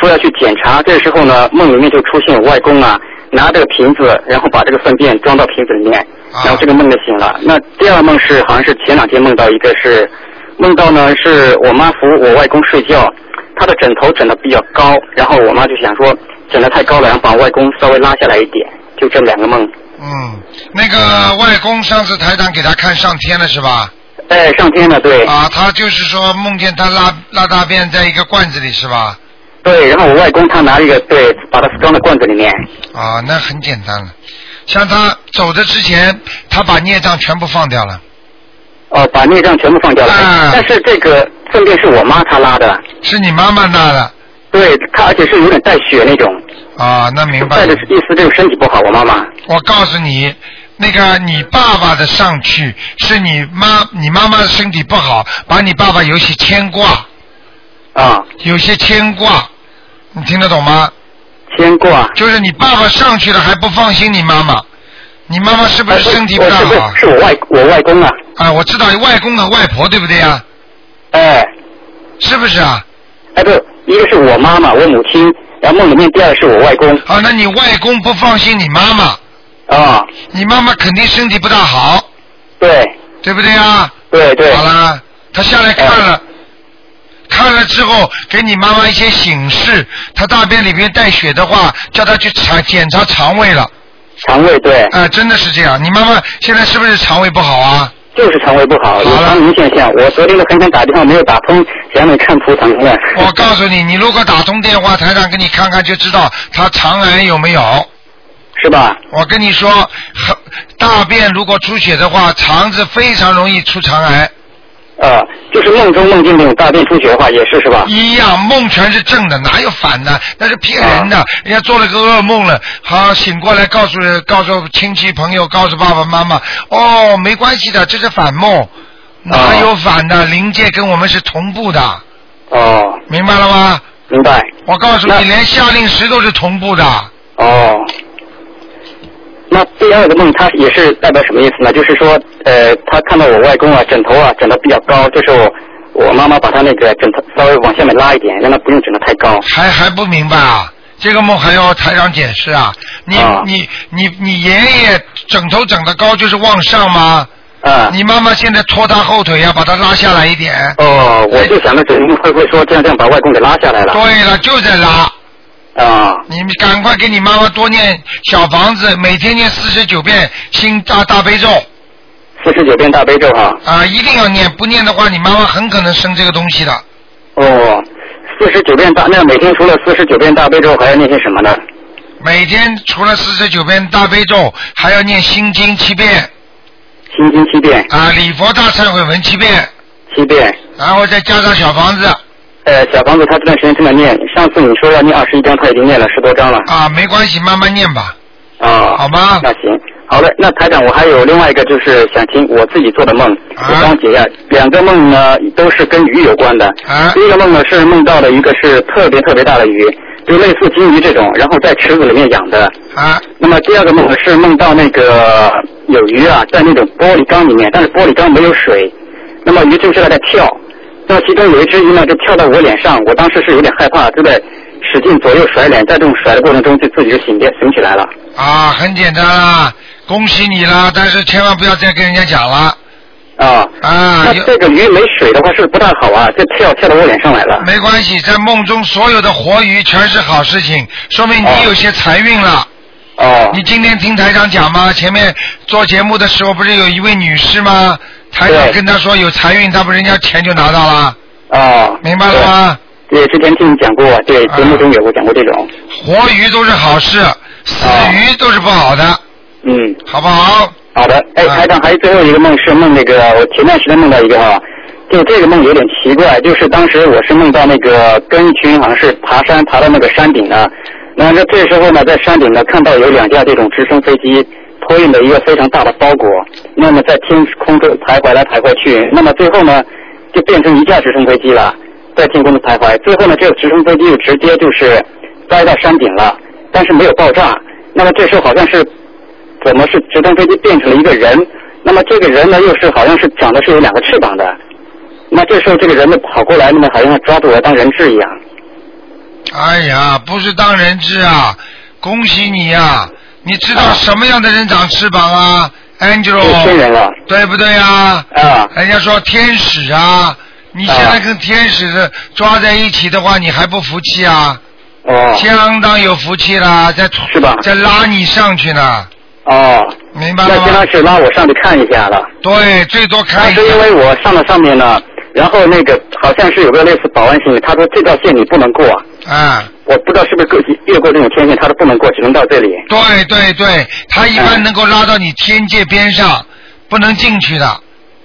Speaker 6: 说要去检查。这时候呢，梦里面就出现我外公啊，拿这个瓶子，然后把这个粪便装到瓶子里面，
Speaker 1: 啊
Speaker 6: 然后这个梦就醒了。那第二个梦是好像是前两天梦到一个是梦到呢是我妈扶我外公睡觉，她的枕头枕的比较高，然后我妈就想说枕的太高了，然后把外公稍微拉下来一点，就这两个梦。
Speaker 1: 嗯，那个外公上次台长给他看上天了是吧？
Speaker 6: 哎，上天了，对，
Speaker 1: 啊，他就是说梦见他拉拉大便在一个罐子里是吧？
Speaker 6: 对，然后我外公他拿了一个，对，把它装在罐子里面，
Speaker 1: 啊，那很简单了。像他走的之前，他把孽障全部放掉了。
Speaker 6: 哦、把孽障全部放掉了。
Speaker 1: 啊
Speaker 6: 但是这个粪便是我妈她拉的，
Speaker 1: 是你妈妈那的
Speaker 6: 对，她而且是有点带血那种，
Speaker 1: 啊，那明白
Speaker 6: 带
Speaker 1: 了
Speaker 6: 着。意思就是身体不好，我妈妈。
Speaker 1: 我告诉你，那个你爸爸的上去是你妈，你妈妈的身体不好，把你爸爸有些牵挂，
Speaker 6: 啊，
Speaker 1: 有些牵挂，你听得懂吗？
Speaker 6: 牵挂。
Speaker 1: 就是你爸爸上去了还不放心你妈妈，你妈妈是不是身体不
Speaker 6: 呃
Speaker 1: 大
Speaker 6: 是不
Speaker 1: 好
Speaker 6: 是？是我外我外公啊，
Speaker 1: 啊，我知道外公和外婆对不对啊？
Speaker 6: 哎
Speaker 1: 是不是啊？
Speaker 6: 哎不，一个是我妈妈，我母亲，然后梦里面第二是我外公
Speaker 1: 啊，那你外公不放心你妈妈，
Speaker 6: 啊，
Speaker 1: 你妈妈肯定身体不大好，
Speaker 6: 对
Speaker 1: 对不对啊？
Speaker 6: 对对
Speaker 1: 好啦，他下来看了，看了之后给你妈妈一些警示，她大便里面带血的话，叫她去查检查肠胃了。
Speaker 6: 肠胃对，
Speaker 1: 啊、真的是这样。你妈妈现在是不是肠胃不好啊？
Speaker 6: 就是肠胃不好，有
Speaker 1: 好了
Speaker 6: 肠鸣现象。我昨天都很想打电话没有打通，想让你看图腾的。
Speaker 1: 我告诉你，你如果打通电话，台长给你看看就知道她肠癌有没有。
Speaker 6: 是吧？
Speaker 1: 我跟你说，很大便如果出血的话，肠子非常容易出肠癌。
Speaker 6: 呃，就是梦中梦境那种大便出血的话，也是是 吧？
Speaker 1: 一样，梦全是正的，哪有反的？那是骗人
Speaker 6: 啊
Speaker 1: 的。人家做了个噩梦了，好醒过来，告诉告诉亲戚朋友，告诉爸爸妈妈，哦，没关系的，这是反
Speaker 6: 啊
Speaker 1: 梦，哪有反的？灵界跟我们是同步的，
Speaker 6: 哦，
Speaker 1: 明白了吗？
Speaker 6: 明白。
Speaker 1: 我告诉你
Speaker 6: 那，
Speaker 1: 连夏令时都是同步的。
Speaker 6: 哦。那第二个梦，它也是代表什么意思呢？就是说，呃，他看到我外公啊，枕头啊，枕得比较高，这时候我妈妈把他那个枕头稍微往下面拉一点，让他不用枕得太高。
Speaker 1: 还还不明白啊？这个梦还要台长解释啊？你、
Speaker 6: 啊
Speaker 1: 你你你爷爷枕头枕得高就是往上吗？
Speaker 6: 啊、
Speaker 1: 你妈妈现在拖他后腿呀、把他拉下来一点。
Speaker 6: 哦，我就想着怎么会不会说这样这样把外公给拉下来了？
Speaker 1: 对了，就在拉。
Speaker 6: 啊、
Speaker 1: 你们赶快给你妈妈多念小房子，每天念四十九遍心大大悲咒
Speaker 6: 四十九遍大悲咒哈、
Speaker 1: 啊、一定要念，不念的话，你妈妈很可能生这个东西的。
Speaker 6: 哦，四十九遍大，那每天除了四十九遍大悲咒，还要念些什么呢？
Speaker 1: 每天除了四十九遍大悲咒，还要念心经七遍
Speaker 6: 心经七遍，
Speaker 1: 啊、礼佛大忏悔文七遍，
Speaker 6: 七遍。
Speaker 1: 然后再加上小房子
Speaker 6: 呃，小房子他这段时间正在念，上次你说要念二十一章，他已经念了十多章了。
Speaker 1: 啊，没关系，慢慢念吧，
Speaker 6: 啊，
Speaker 1: 好吗？
Speaker 6: 那行，好嘞。那台长，我还有另外一个，就是想听我自己做的梦，
Speaker 1: 啊
Speaker 6: 我帮我解一下。两个梦呢，都是跟鱼有关的。
Speaker 1: 啊
Speaker 6: 第一个梦呢是梦到了一个是特别特别大的鱼，就类似金鱼这种，然后在池子里面养的。
Speaker 1: 啊
Speaker 6: 那么第二个梦呢是梦到那个有鱼啊，在那种玻璃缸里面，但是玻璃缸没有水，那么鱼就是在那跳，那么其中有一只鱼呢就跳到我脸上，我当时是有点害怕，就在使劲左右甩脸，在这种甩的过程中就自己就醒接醒起来了。
Speaker 1: 啊，很简单啦，恭喜你啦，但是千万不要再跟人家讲了
Speaker 6: 啊，
Speaker 1: 啊。
Speaker 6: 那
Speaker 1: 有
Speaker 6: 这个鱼没水的话是不是不大好啊？就跳跳到我脸上来了。
Speaker 1: 没关系，在梦中所有的活鱼全是好事情，说明你有些财运了。
Speaker 6: 哦
Speaker 1: 你今天听台长讲吗？前面做节目的时候不是有一位女士吗？台长
Speaker 6: 对
Speaker 1: 跟她说有财运，她不人家钱就拿到了。
Speaker 6: 哦，
Speaker 1: 明白了吗？啊
Speaker 6: 对？对，之前听你讲过，对，节目中有过讲过这种。
Speaker 1: 活鱼都是好事，死鱼都是不好的，
Speaker 6: 嗯，
Speaker 1: 好不好？
Speaker 6: 好的，哎，
Speaker 1: 啊
Speaker 6: 台长，还有最后一个梦是梦那个，我前段时间梦到一个哈，就这个梦有点奇怪，就是当时我是梦到那个跟一群好像是爬山爬到那个山顶呢，那这这时候呢，在山顶呢看到有两架这种直升飞机托运了一个非常大的包裹，那么在天空中徘徊来徘徊去，那么最后呢，就变成一架直升飞机了，在天空中徘徊，最后呢，这个直升飞机就直接就是栽到山顶了，但是没有爆炸，那么这时候好像是怎么是直升飞机变成了一个人？那么这个人呢，又是好像是长得是有两个翅膀的。那这时候这个人呢跑过来，那么好像抓住我当人质一样。
Speaker 1: 哎呀，不是当人质啊！恭喜你呀、你知道
Speaker 6: 啊
Speaker 1: 什么样的人长翅膀啊
Speaker 6: 变天
Speaker 1: ，Angelo？
Speaker 6: 人了
Speaker 1: 对不对啊？
Speaker 6: 啊！
Speaker 1: 人家说天使啊，你现在跟天使抓在一起的话，你还不服气啊？
Speaker 6: 哦
Speaker 1: 相当有福气啦，在
Speaker 6: 是吧
Speaker 1: 在拉你上去呢，
Speaker 6: 哦，
Speaker 1: 明白
Speaker 6: 那
Speaker 1: 了
Speaker 6: 相
Speaker 1: 吗
Speaker 6: 当？是拉我上去看一下了。
Speaker 1: 对，最多
Speaker 6: 那
Speaker 1: 看一
Speaker 6: 是因
Speaker 1: 下。
Speaker 6: 为我上了上面呢，然后那个好像是有个类似保安心理，他说这条线你不能过，
Speaker 1: 啊、
Speaker 6: 我不知道是不是过越过这种天线，他说不能过，只能到这里。
Speaker 1: 对对对，他一般能够拉到你天界边上，不能进去的。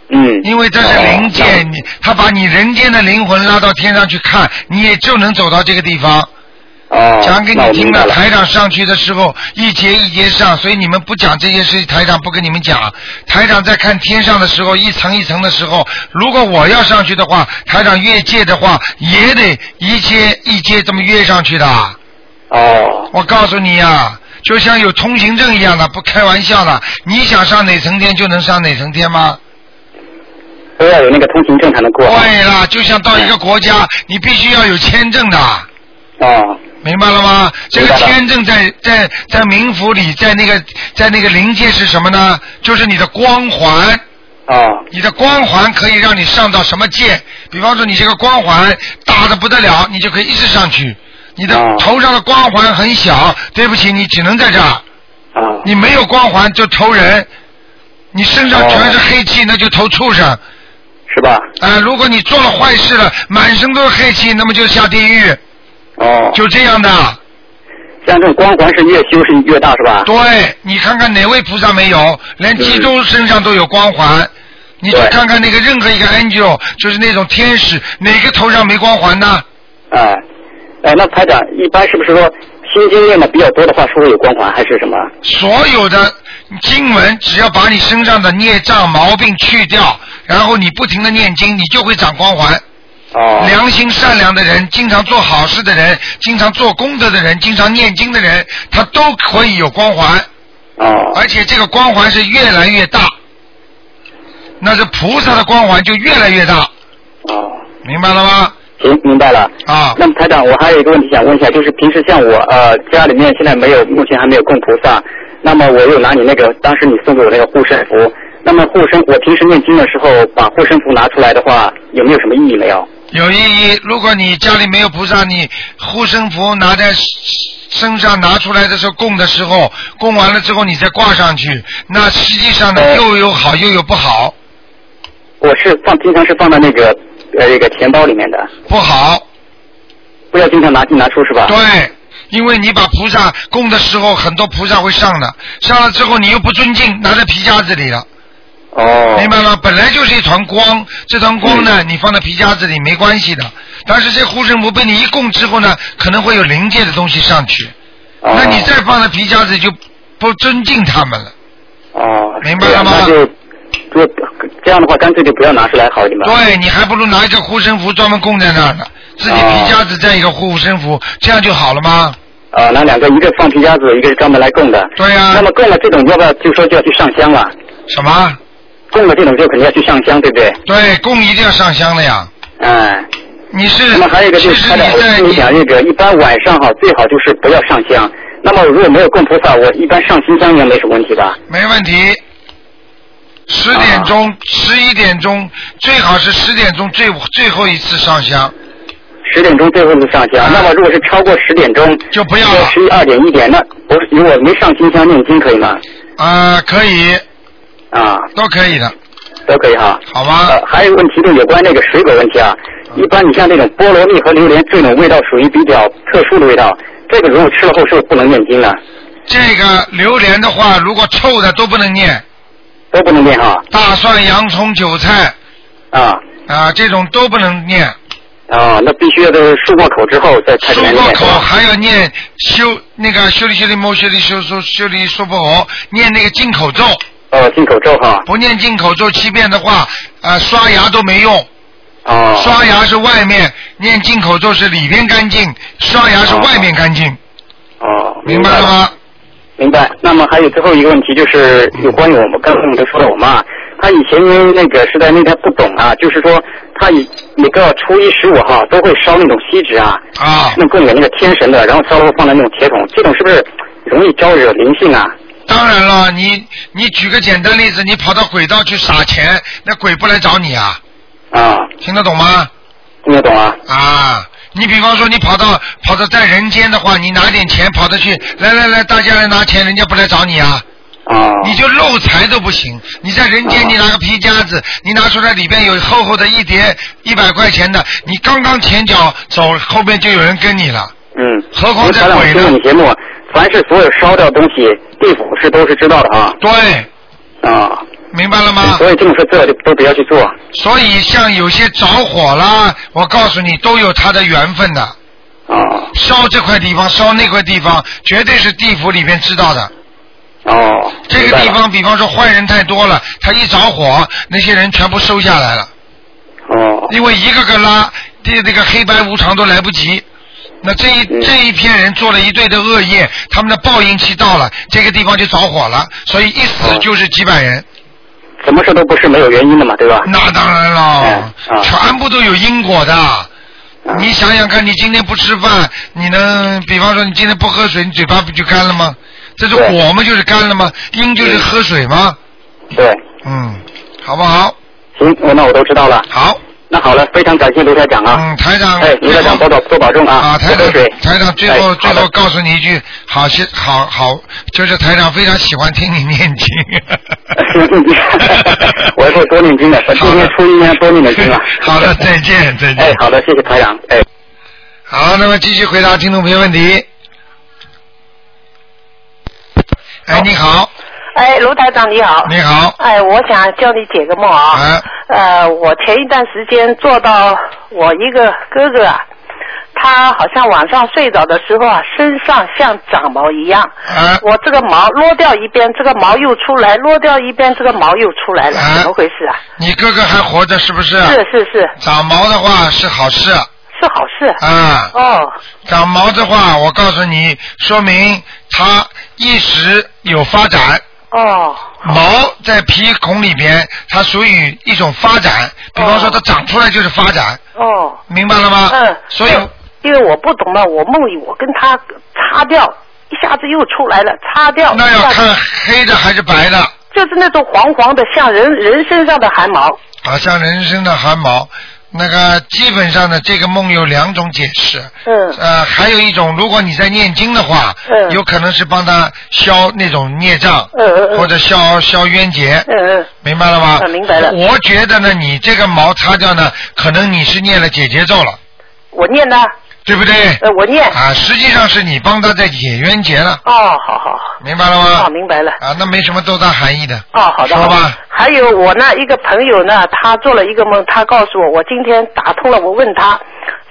Speaker 6: 嗯，
Speaker 1: 因为这是灵界，
Speaker 6: 哦
Speaker 1: 你他把你人间的灵魂拉到天上去看，你也就能走到这个地方。
Speaker 6: 哦，
Speaker 1: 讲给
Speaker 6: 那
Speaker 1: 你
Speaker 6: 我
Speaker 1: 听
Speaker 6: 明白
Speaker 1: 的，
Speaker 6: 了。
Speaker 1: 台长上去的时候一节一节上，所以你们不讲这些事，台长不跟你们讲。台长在看天上的时候，一层一层的时候，如果我要上去的话，台长越界的话，也得一阶一阶这么越上去的。
Speaker 6: 哦，
Speaker 1: 我告诉你呀、啊就像有通行证一样的，不开玩笑的。你想上哪层天就能上哪层天吗？
Speaker 6: 都要有那个通行证才能过。
Speaker 1: 对了，就像到一个国家，你必须要有签证的，
Speaker 6: 哦，
Speaker 1: 明白了吗？这个
Speaker 6: 明白了
Speaker 1: 签证在在在冥府里，在那个在那个灵界是什么呢？就是你的光环，
Speaker 6: 哦，
Speaker 1: 你的光环可以让你上到什么界？比方说你这个光环大的不得了，你就可以一直上去。你的
Speaker 6: 哦
Speaker 1: 头上的光环很小，对不起，你只能在这儿。
Speaker 6: 哦，
Speaker 1: 你没有光环就投人，你身上全是黑气，那就投畜生。
Speaker 6: 是吧？
Speaker 1: 啊、如果你做了坏事了，满身都是黑气，那么就下地狱，
Speaker 6: 哦，
Speaker 1: 就这样的。
Speaker 6: 像这种光环是越修是越大是 吧？
Speaker 1: 对，你看看哪位菩萨没有？连济州身上都有光环。你去
Speaker 6: 对
Speaker 1: 看看那个任何一个 angel，就是那种天使，哪个头上没光环呢？
Speaker 6: 哎，哎，那台长一般是不是说心经念的比较多的话，是不是有光环还是什么？
Speaker 1: 所有的经文，只要把你身上的孽障毛病去掉，然后你不停的念经，你就会长光环。
Speaker 6: 哦，
Speaker 1: 良心善良的人，经常做好事的人，经常做功德的人，经常念经的人，他都可以有光环，
Speaker 6: 哦，
Speaker 1: 而且这个光环是越来越大，那是菩萨的光环就越来越大，
Speaker 6: 哦，
Speaker 1: 明白了吗？
Speaker 6: 行，明白了。
Speaker 1: 啊，
Speaker 6: 那么台长，我还有一个问题想问一下，就是平时像我呃家里面现在没有，目前还没有供菩萨，那么我又拿你那个当时你送给我那个护身符，那么护身我平时念经的时候把护身符拿出来的话，有没有什么意义没有？
Speaker 1: 有意义。如果你家里没有菩萨，你护身符拿在身上拿出来的时候供的时候，供完了之后你再挂上去，那实际上呢
Speaker 6: 哦
Speaker 1: 又有好又有不好，
Speaker 6: 我是放经常是放在那个呃那个钱包里面的，
Speaker 1: 不好。
Speaker 6: 不要经常拿进拿出是吧？
Speaker 1: 对，因为你把菩萨供的时候，很多菩萨会上的，上了之后你又不尊敬，拿在皮夹子里了，
Speaker 6: 哦，嗯
Speaker 1: 明白吗？本来就是一团光，这团光呢，你放在皮夹子里没关系的。但是这护身符被你一供之后呢，可能会有灵界的东西上去，
Speaker 6: 哦
Speaker 1: 那你再放在皮夹子就不尊敬他们了。
Speaker 6: 哦，
Speaker 1: 明白了吗
Speaker 6: 那就就这样的话，干脆就不要拿出来好一点吧。
Speaker 1: 对你还不如拿一个护身符专门供在那儿呢，自己
Speaker 6: 哦
Speaker 1: 皮夹子再一个护身符，这样就好了吗？
Speaker 6: 啊、那两个，一个放皮夹子，一个是专门来供的。
Speaker 1: 对呀、
Speaker 6: 那么供了这种，要不要就说就要去上香了？
Speaker 1: 什么？
Speaker 6: 供了这种就肯定要去上香，对不对？
Speaker 1: 对，供一定要上香的呀。
Speaker 6: 嗯。
Speaker 1: 你是
Speaker 6: 那么还有一个就
Speaker 1: 其
Speaker 6: 是
Speaker 1: 实
Speaker 6: 他
Speaker 1: 你
Speaker 6: 的，我
Speaker 1: 在
Speaker 6: 跟你
Speaker 1: 你
Speaker 6: 讲那个，一般晚上哈，最好就是不要上香。那么如果没有供菩萨，我一般上新香应该没什么问题吧？
Speaker 1: 没问题。十点钟、十一点钟，最好是十点钟最最后一次上香，
Speaker 6: 十点钟最后一次上香，那么如果是超过十点钟，
Speaker 1: 啊就不要了
Speaker 6: 十一二点一点，那我如果没上新香念经可以吗？
Speaker 1: 啊、可以，
Speaker 6: 啊，
Speaker 1: 都可以的，
Speaker 6: 都都可以哈。
Speaker 1: 好啊吗？
Speaker 6: 呃，还有一个问题，就有关那个水果问题啊。一般你像这种菠萝蜜和榴莲这种味道，属于比较特殊的味道。这个如果吃了后是不是不能念经啊？
Speaker 1: 这个榴莲的话，如果臭的都不能念，
Speaker 6: 都不能念哈。
Speaker 1: 大蒜、洋葱、韭菜
Speaker 6: 啊
Speaker 1: 啊这种都不能念，
Speaker 6: 啊，那必须要都是漱过口之后再开始
Speaker 1: 漱
Speaker 6: 念
Speaker 1: 过
Speaker 6: 念。
Speaker 1: 口还要念修那个修理修理摩修理修修修理娑婆诃，念那个进口咒，
Speaker 6: 哦，进口咒哈。
Speaker 1: 不念进口咒七遍的话，啊刷牙都没用，
Speaker 6: 哦。
Speaker 1: 刷牙是外面，念进口咒是里边干净，刷牙是外面干净，
Speaker 6: 哦，
Speaker 1: 明白
Speaker 6: 了
Speaker 1: 了吗？
Speaker 6: 明白。那么还有最后一个问题，就是有关于我们刚刚我们都说了我妈，她以前因为那个是在那边不懂啊，就是说她以每个初一十五哈都会烧那种锡纸啊，
Speaker 1: 啊，
Speaker 6: 那供给那个天神的，然后烧了后放在那种铁桶，这种是不是容易招惹灵性啊？
Speaker 1: 当然了，你你举个简单例子，你跑到鬼道去撒钱，那鬼不来找你啊，
Speaker 6: 啊，
Speaker 1: 听得懂吗？
Speaker 6: 听得懂啊？
Speaker 1: 啊，你比方说你跑到跑到在人间的话，你拿点钱跑到去，来来来，大家来拿钱，人家不来找你啊，
Speaker 6: 啊，
Speaker 1: 你就漏财都不行。你在人间，你拿个皮夹子，你拿出来里边有厚厚的一叠一百块钱的，你刚刚前脚走，后面就有人跟你了。
Speaker 6: 嗯，
Speaker 1: 何况
Speaker 6: 因为
Speaker 1: 在
Speaker 6: 咱俩
Speaker 1: 鬼呢
Speaker 6: 听了你节目，凡是所有烧掉的东西，地府是都是知道的啊
Speaker 1: 对，
Speaker 6: 啊，
Speaker 1: 明白了吗？
Speaker 6: 所以这种事最好就都不要去做。
Speaker 1: 所以像有些着火啦，我告诉你，都有它的缘分的。
Speaker 6: 啊，
Speaker 1: 烧这块地方，烧那块地方，绝对是地府里面知道的。
Speaker 6: 哦，
Speaker 1: 这
Speaker 6: 明
Speaker 1: 个
Speaker 6: 白
Speaker 1: 地
Speaker 6: 了
Speaker 1: 方，比方说坏人太多了，他一着火，那些人全部收下来了，
Speaker 6: 哦，
Speaker 1: 因为一个个拉，这这个黑白无常都来不及。那这一
Speaker 6: 嗯
Speaker 1: 这一批人做了一堆的恶业，他们的报应期到了，这个地方就着火了，所以一死
Speaker 6: 哦
Speaker 1: 就是几百人。
Speaker 6: 什么事都不是没有原因的嘛，对吧？
Speaker 1: 那当然了
Speaker 6: 嗯啊，
Speaker 1: 全部都有因果的。
Speaker 6: 啊
Speaker 1: 你想想看，你今天不吃饭，你能比方说你今天不喝水，你嘴巴不就干了吗？这是
Speaker 6: 对
Speaker 1: 果嘛，就是干了吗？因就是
Speaker 6: 嗯
Speaker 1: 喝水吗？
Speaker 6: 对，
Speaker 1: 嗯，好不好？
Speaker 6: 行，我那我都知道了。
Speaker 1: 好，
Speaker 6: 那好了，非常感谢卢台长啊。
Speaker 1: 嗯，台长，
Speaker 6: 哎，卢台长
Speaker 1: 最
Speaker 6: 多
Speaker 1: 后
Speaker 6: 保多保重啊，
Speaker 1: 啊，台
Speaker 6: 多
Speaker 1: 长
Speaker 6: 喝水，。
Speaker 1: 台长，最后
Speaker 6: 哎
Speaker 1: 最
Speaker 6: 好的。
Speaker 1: 后告诉你一句，好些，好好，就是台长非常喜欢听你念经 。
Speaker 6: 我会多念经的，我今天初一呢多念点经啊
Speaker 1: 好的，再见，再见
Speaker 6: 哎，。好的，谢谢台长。哎。
Speaker 1: 好，那么继续回答听众朋友问题。哎，你好，
Speaker 4: 哎，卢台长你好。
Speaker 1: 你好，
Speaker 4: 哎，我想叫你解个梦啊。
Speaker 1: 哎
Speaker 4: 呃，我前一段时间做到我一个哥哥啊，他好像晚上睡着的时候啊，身上像长毛一样。
Speaker 1: 哎
Speaker 4: 我这个毛落掉一边，这个毛又出来；落掉一边，这个毛又出来了，
Speaker 1: 哎
Speaker 4: 怎么回事啊？
Speaker 1: 你哥哥还活着是不是？
Speaker 4: 是是是，
Speaker 1: 长毛的话是好事
Speaker 4: 是好事。
Speaker 1: 啊，
Speaker 4: 哦，
Speaker 1: 长毛的话，我告诉你，说明他一直有发展。
Speaker 4: 哦，
Speaker 1: 毛在皮孔里边，它属于一种发展，比方说它长出来就是发展，
Speaker 4: 哦。
Speaker 1: 明白了吗？
Speaker 4: 嗯，
Speaker 1: 所以
Speaker 4: 因为因为我不懂嘛，我梦里我跟他擦掉，一下子又出来了，擦掉。
Speaker 1: 那要
Speaker 4: 一下子
Speaker 1: 看黑的还是白的。
Speaker 4: 就是那种黄黄的，像人人身上的汗毛。
Speaker 1: 好像人生的汗毛。那个基本上呢，这个梦有两种解释，
Speaker 4: 嗯
Speaker 1: 呃，还有一种，如果你在念经的话，
Speaker 4: 嗯
Speaker 1: 有可能是帮他消那种孽障，
Speaker 4: 嗯嗯嗯
Speaker 1: 或者消消冤结，
Speaker 4: 嗯嗯，
Speaker 1: 明白了吗？
Speaker 4: 嗯明白了
Speaker 1: 我觉得呢，你这个毛擦掉呢，可能你是念了解结咒了，
Speaker 4: 我念呢，
Speaker 1: 对不对？
Speaker 4: 呃，我念。
Speaker 1: 啊，实际上是你帮他在解冤结了，
Speaker 4: 哦，好好好，
Speaker 1: 明白了吗？
Speaker 4: 哦，明白了。
Speaker 1: 啊，那没什么多大含义的。
Speaker 4: 哦，好的。
Speaker 1: 说吧
Speaker 4: 好的还有我那一个朋友呢，他做了一个梦，他告诉我，我今天打通了，我问他，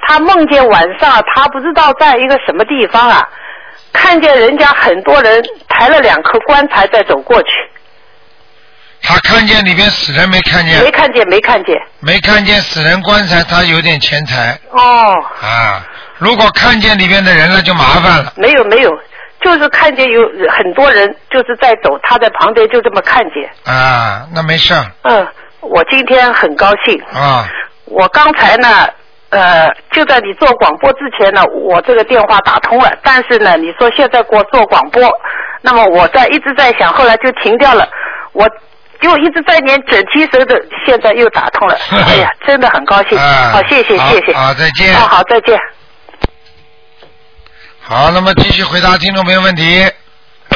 Speaker 4: 他梦见晚上他不知道在一个什么地方啊，看见人家很多人抬了两颗棺材在走过去，
Speaker 1: 他看见里边死人没看见？
Speaker 4: 没看见，没看见。
Speaker 1: 没看见死人棺材，他有点钱财
Speaker 4: 哦，
Speaker 1: 啊。如果看见里面的人了，就麻烦了。
Speaker 4: 没有没有，就是看见有很多人就是在走，他在旁边就这么看见。
Speaker 1: 啊，那没事儿
Speaker 4: 嗯，我今天很高兴。
Speaker 1: 啊。
Speaker 4: 我刚才呢，呃，就在你做广播之前呢，我这个电话打通了，但是呢，你说现在给我做广播，那么我在一直在想，后来就停掉了，我就一直在念准提神的，现在又打通了，哎呀，真的很高 兴。
Speaker 1: 啊
Speaker 4: 好，谢谢
Speaker 1: 好
Speaker 4: 谢谢。
Speaker 1: 好再见
Speaker 4: 哦，好，再见。
Speaker 1: 好，那么继续回答听众朋友问题。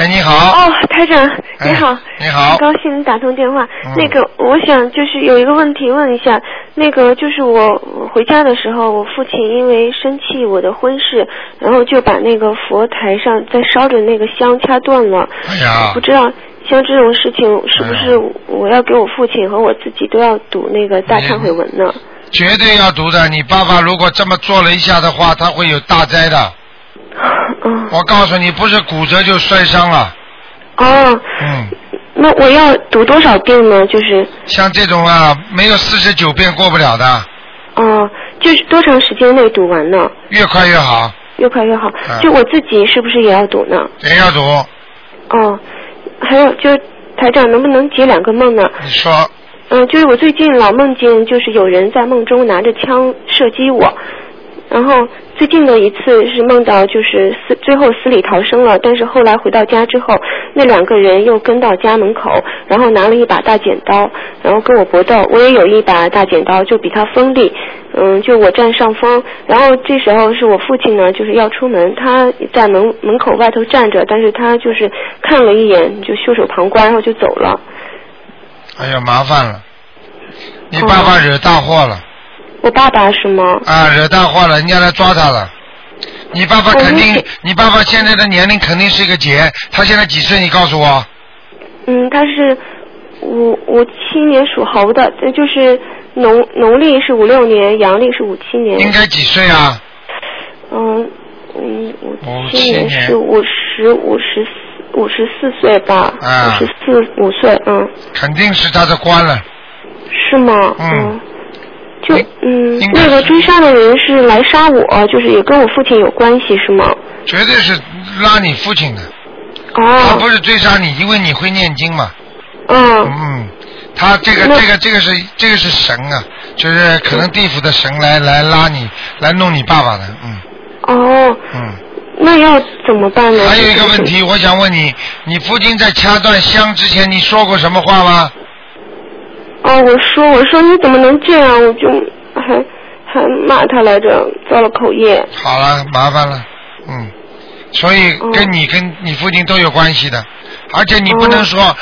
Speaker 1: 哎，你好。
Speaker 4: 哦，台长，
Speaker 1: 哎
Speaker 4: 你好。
Speaker 1: 你好
Speaker 4: 很高兴能打通电话。
Speaker 1: 嗯
Speaker 4: 那个，我想就是有一个问题问一下，那个就是我我回家的时候，我父亲因为生气我的婚事，然后就把那个佛台上在烧着那个香掐断了。
Speaker 1: 哎呀
Speaker 4: 不，知道像这种事情是不
Speaker 1: 哎
Speaker 4: 是我要给我父亲和我自己都要读那个大忏悔文呢？
Speaker 1: 绝对要读的。你爸爸如果这么做了一下的话，他会有大灾的。哎
Speaker 4: 嗯，
Speaker 1: 我告诉你，不是骨折就摔伤了。
Speaker 4: 哦，
Speaker 1: 嗯，
Speaker 4: 那我要读多少遍呢？就是，
Speaker 1: 像这种啊，没有四十九遍过不了的，
Speaker 3: 嗯
Speaker 4: 哦，就是多长时间内读完呢？
Speaker 1: 越快越好，
Speaker 4: 越快越好
Speaker 1: 嗯。
Speaker 4: 就我自己是不是也要读呢？
Speaker 1: 也要读。
Speaker 4: 哦，还有就是台长能不能解两个梦呢？
Speaker 1: 你说，
Speaker 4: 嗯，就是我最近老梦见就是有人在梦中拿着枪射击我，然后最近的一次是梦到就是死最后死里逃生了，但是后来回到家之后，那两个人又跟到家门口，然后拿了一把大剪刀，然后跟我搏斗，我也有一把大剪刀，就比他锋利，嗯，就我占上风。然后这时候是我父亲呢，就是要出门，他在门门口外头站着，但是他就是看了一眼就袖手旁观，然后就走了。
Speaker 1: 哎呀，麻烦了，你爸爸惹大祸了、
Speaker 4: 我爸爸是吗？
Speaker 1: 啊，惹大祸了，人家来抓他了。你爸爸肯
Speaker 4: 我理
Speaker 1: 定
Speaker 4: 解，
Speaker 1: 你爸爸现在的年龄肯定是一个结。他现在几岁？你告诉我。
Speaker 4: 嗯，他是五五七年属猴的，呃就是农农历是五六年，阳历是五七
Speaker 3: 嗯
Speaker 4: 年。
Speaker 1: 应该几岁啊？
Speaker 4: 嗯嗯，
Speaker 1: 五
Speaker 4: 五
Speaker 1: 七
Speaker 4: 七
Speaker 1: 年
Speaker 4: 年是五十五十四五十四岁吧，
Speaker 1: 啊
Speaker 4: 五十四五岁，嗯，
Speaker 1: 肯定是他的官了。
Speaker 4: 是吗？
Speaker 1: 嗯
Speaker 4: 就
Speaker 1: 应
Speaker 4: 嗯
Speaker 1: 应，该
Speaker 4: 那个
Speaker 1: 是
Speaker 4: 追杀的人是来杀我，就是也跟我父亲有关系是吗？
Speaker 1: 绝对是拉你父亲的，他啊不
Speaker 4: 哦，
Speaker 1: 是追杀你，因为你会念经嘛。
Speaker 4: 嗯，
Speaker 1: 嗯，他这个
Speaker 4: 那
Speaker 1: 这个这个是这个是神啊，就是可能地府的神来来拉你，来弄你爸爸的。嗯
Speaker 4: 哦，
Speaker 1: 嗯。
Speaker 4: 那要怎么办呢？
Speaker 1: 还有一个问，题，我想问你，你父亲在掐断香之前，你说过什么话吗？
Speaker 4: 哦，我说我说你怎么能这样？我就还还骂他来着，造了口业。
Speaker 1: 好了，麻烦了。嗯。所以
Speaker 4: 嗯
Speaker 1: 跟你跟你父亲都有关系的，而且你不
Speaker 4: 嗯
Speaker 1: 能说、啊，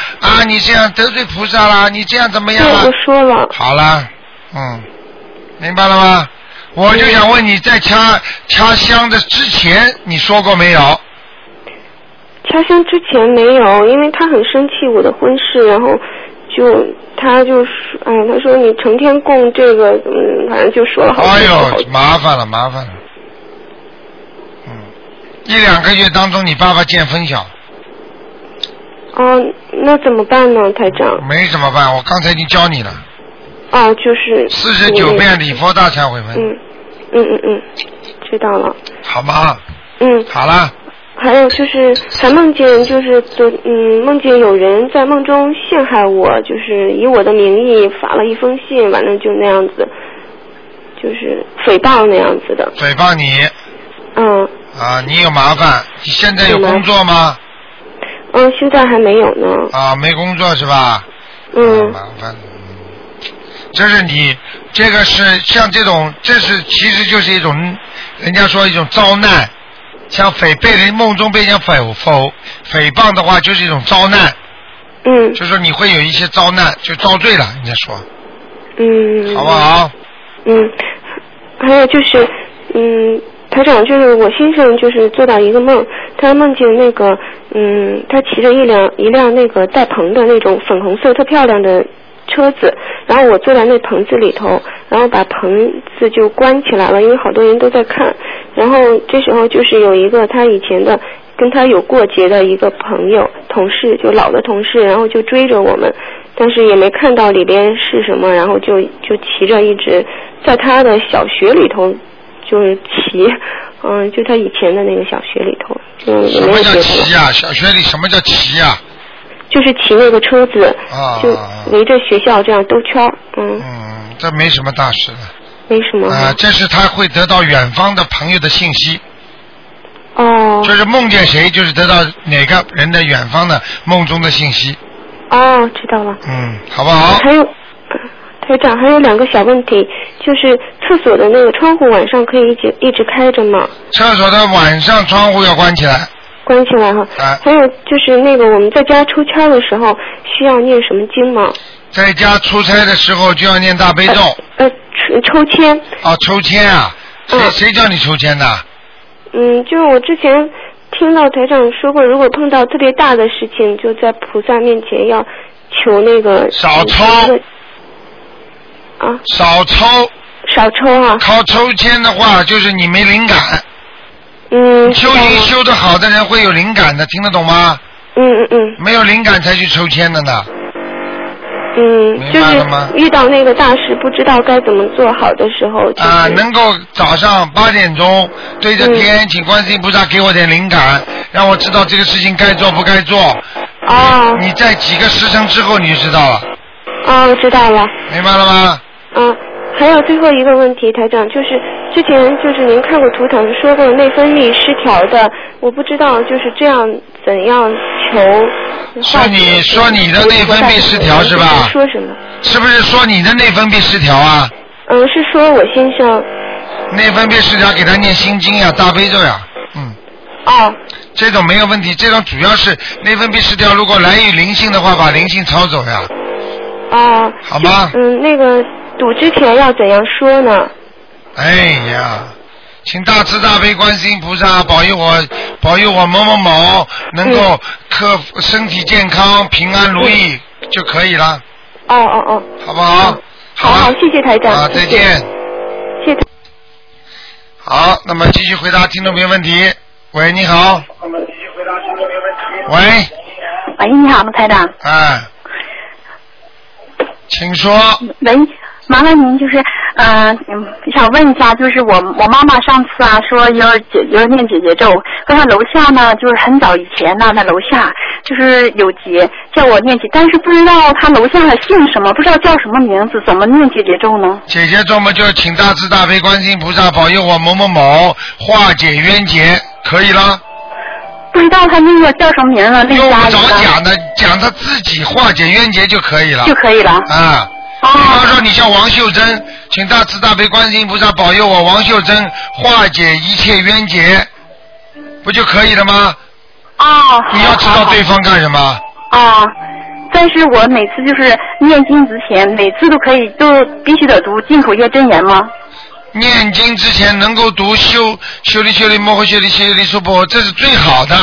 Speaker 1: 你这样得罪菩萨啦，你这样怎么
Speaker 4: 对，
Speaker 1: 样啦？
Speaker 4: 我说了。
Speaker 1: 好了，嗯，明白了吗？我就想问你
Speaker 4: 嗯
Speaker 1: 在掐掐香的之前，你说过没有？
Speaker 4: 哦掐香之前没有，因为他很生气我的婚事，然后就他就说，哎，他说你成天供这个，嗯，反正就说了好
Speaker 1: 哎
Speaker 4: 几次。好
Speaker 1: 呦，
Speaker 4: 几次
Speaker 1: 麻烦了，麻烦了。嗯，一两个月当中，你爸爸见分晓，
Speaker 4: 哦，那怎么办呢，台长？
Speaker 1: 没怎么办？我刚才已经教你了，
Speaker 4: 哦，就是
Speaker 1: 四十九遍礼佛大忏悔文，
Speaker 4: 嗯嗯嗯嗯，知道了。
Speaker 1: 好吗？
Speaker 4: 嗯，
Speaker 1: 好了，
Speaker 4: 还有就是还梦见就是昨嗯梦见有人在梦中陷害我，就是以我的名义发了一封信，完了就那样子，就是诽谤那样子的。
Speaker 1: 诽谤你
Speaker 4: 嗯
Speaker 1: 啊，你有麻烦。你现在有工作吗？
Speaker 4: 嗯，现在还没有呢。
Speaker 1: 啊，没工作是吧？
Speaker 4: 嗯
Speaker 1: 麻烦。嗯这是你，这个是像这种，这是其实就是一种，人家说一种遭难，像诽被人梦中被人家诽否诽谤的话，就是一种遭难，
Speaker 4: 嗯
Speaker 1: 就是说你会有一些遭难，就遭罪了，人家说，
Speaker 4: 嗯，
Speaker 1: 好不？好？
Speaker 4: 嗯，还有就是，嗯，台长，就是我先生就是做到一个梦，他梦见那个，嗯，他骑着一辆一辆那个带棚的那种粉红色特漂亮的车子，然后我坐在那棚子里头，然后把棚子就关起来了，因为好多人都在看，然后这时候就是有一个他以前的。跟他有过节的一个朋友、同事，就老的同事，然后就追着我们，但是也没看到里边是什么，然后就就骑着一直在他的小学里头就是骑，嗯，就他以前的那个小学里头，就也
Speaker 1: 什
Speaker 4: 没
Speaker 1: 么
Speaker 4: 有
Speaker 1: 叫
Speaker 4: 别的
Speaker 1: 骑
Speaker 4: 了，
Speaker 1: 啊？小学里什么叫骑啊？
Speaker 4: 就是骑那个车子，
Speaker 1: 啊
Speaker 4: 就围着学校这样兜圈儿，嗯，
Speaker 1: 嗯，这没什么大事的
Speaker 4: 没什么，
Speaker 1: 啊，这是他会得到远方的朋友的信息，
Speaker 4: 哦
Speaker 1: 就是梦见谁，就是得到哪个人的远方的梦中的信息。
Speaker 4: 哦，知道了。
Speaker 1: 嗯，好不好？
Speaker 4: 还有，台长还有两个小问题，就是厕所的那个窗户晚上可以一直一直开着吗？
Speaker 1: 厕所的晚上窗户要关起来，
Speaker 4: 关起来哈。
Speaker 1: 啊
Speaker 4: 还有就是那个我们在家出差的时候需要念什么经吗？
Speaker 1: 在家出差的时候就要念大悲 咒。
Speaker 4: 呃，抽抽签，
Speaker 1: 哦，抽签啊？谁
Speaker 4: 嗯
Speaker 1: 谁叫你抽签的？
Speaker 4: 嗯，就是我之前听到台长说过，如果碰到特别大的事情，就在菩萨面前要求那个
Speaker 1: 少抽
Speaker 4: 啊，
Speaker 1: 少抽，
Speaker 4: 少抽啊，
Speaker 1: 靠抽签的话就是你没灵感。
Speaker 4: 嗯，
Speaker 1: 修行修得好的人会有灵感的，听得懂吗？
Speaker 4: 嗯嗯嗯
Speaker 1: 没有灵感才去抽签的呢。
Speaker 4: 嗯，
Speaker 1: 明
Speaker 4: 就
Speaker 1: 白了吗
Speaker 4: 是遇到那个大事不知道该怎么做好的时候，就是、
Speaker 1: 啊，能够早上八点钟对着天，请观世音菩萨给我点灵感，让我知道这个事情该做不该做。
Speaker 4: 哦
Speaker 1: 你在几个时辰之后你就知道了，嗯
Speaker 4: 哦，知道了。
Speaker 1: 明白了吗？
Speaker 4: 嗯，还有最后一个问题，台长，就是之前就是您看过图腾说过内分泌失调的，我不知道就是这样怎样求化
Speaker 1: 说
Speaker 4: 解。
Speaker 1: 你说你的内分泌失调是吧
Speaker 4: 说什么？
Speaker 1: 是不是说你的内分泌失调啊？
Speaker 4: 嗯，是说我先生
Speaker 1: 内分泌失调给他念心经呀、大悲咒呀、嗯，
Speaker 4: 哦
Speaker 1: 这种没有问题，这种主要是内分泌失调，如果来于灵性的话，把灵性抄走呀、
Speaker 4: 哦。
Speaker 1: 好吗
Speaker 4: 就嗯，那个赌之前要怎样说呢？
Speaker 1: 哎呀，请大慈大悲观世音菩萨保佑我，保佑我某某某能
Speaker 4: 嗯
Speaker 1: 够克服身体健康、平安如意就可以了，
Speaker 4: 嗯哦哦哦，
Speaker 1: 好不好？
Speaker 4: 好
Speaker 1: 啊
Speaker 4: 好，谢谢台长
Speaker 1: 好，
Speaker 4: 谢
Speaker 1: 再
Speaker 4: 谢
Speaker 1: 见。
Speaker 4: 谢谢。
Speaker 1: 好，那么继续回答听众朋友问题。喂，你好。喂，
Speaker 7: 喂，你好，台长。
Speaker 1: 哎，请说。
Speaker 7: 喂，麻烦您就是，呃，嗯想问一下，就是我我妈妈上次啊说要解要念姐姐咒，可她楼下呢就是很早以前呢，她楼下就是有节叫我念姐，但是不知道她楼下姓什么，不知道叫什么名字，怎么念姐姐咒呢？
Speaker 1: 姐姐做梦就请大慈大悲观世音菩萨保佑我某某某化解冤结，可以了。
Speaker 7: 不知道她那个叫什么名了，那
Speaker 1: 用
Speaker 7: 家
Speaker 1: 不
Speaker 7: 里
Speaker 1: 着
Speaker 7: 的
Speaker 1: 讲的，讲他自己化解冤结就可以了
Speaker 7: 就。可以了。
Speaker 1: 啊，比方
Speaker 7: 哦
Speaker 1: 说你像王秀珍，请大慈大悲观世音菩萨保佑我王秀珍化解一切冤结，不就可以了吗？
Speaker 7: 哦，
Speaker 1: 你要知道对方干什么？
Speaker 7: 啊，但是我每次就是念经之前，每次都可以都必须得读进口业真言吗？
Speaker 1: 念经之前能够读修修理修理摩诃修理修理娑婆，这是最好的，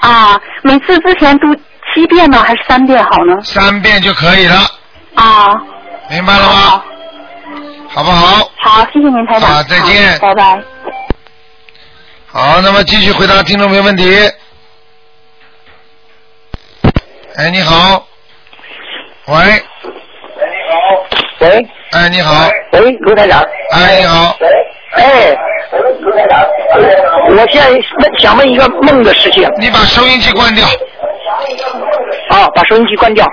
Speaker 7: 啊，每次之前读七遍呢，还是三遍好呢？
Speaker 1: 三遍就可以了，
Speaker 7: 啊，
Speaker 1: 明白了吗？好不好？
Speaker 7: 好，谢谢您，台长。
Speaker 1: 好啊再见
Speaker 7: 好拜拜。
Speaker 1: 好，那么继续回答听众朋友问题。哎，你好。喂，
Speaker 6: 喂
Speaker 1: 哎，你好，
Speaker 6: 喂，卢台长。
Speaker 1: 哎，你好，
Speaker 6: 哎，我现在问想问一个梦的事情
Speaker 1: 你把收音机关掉。
Speaker 6: 啊，把收音机关掉。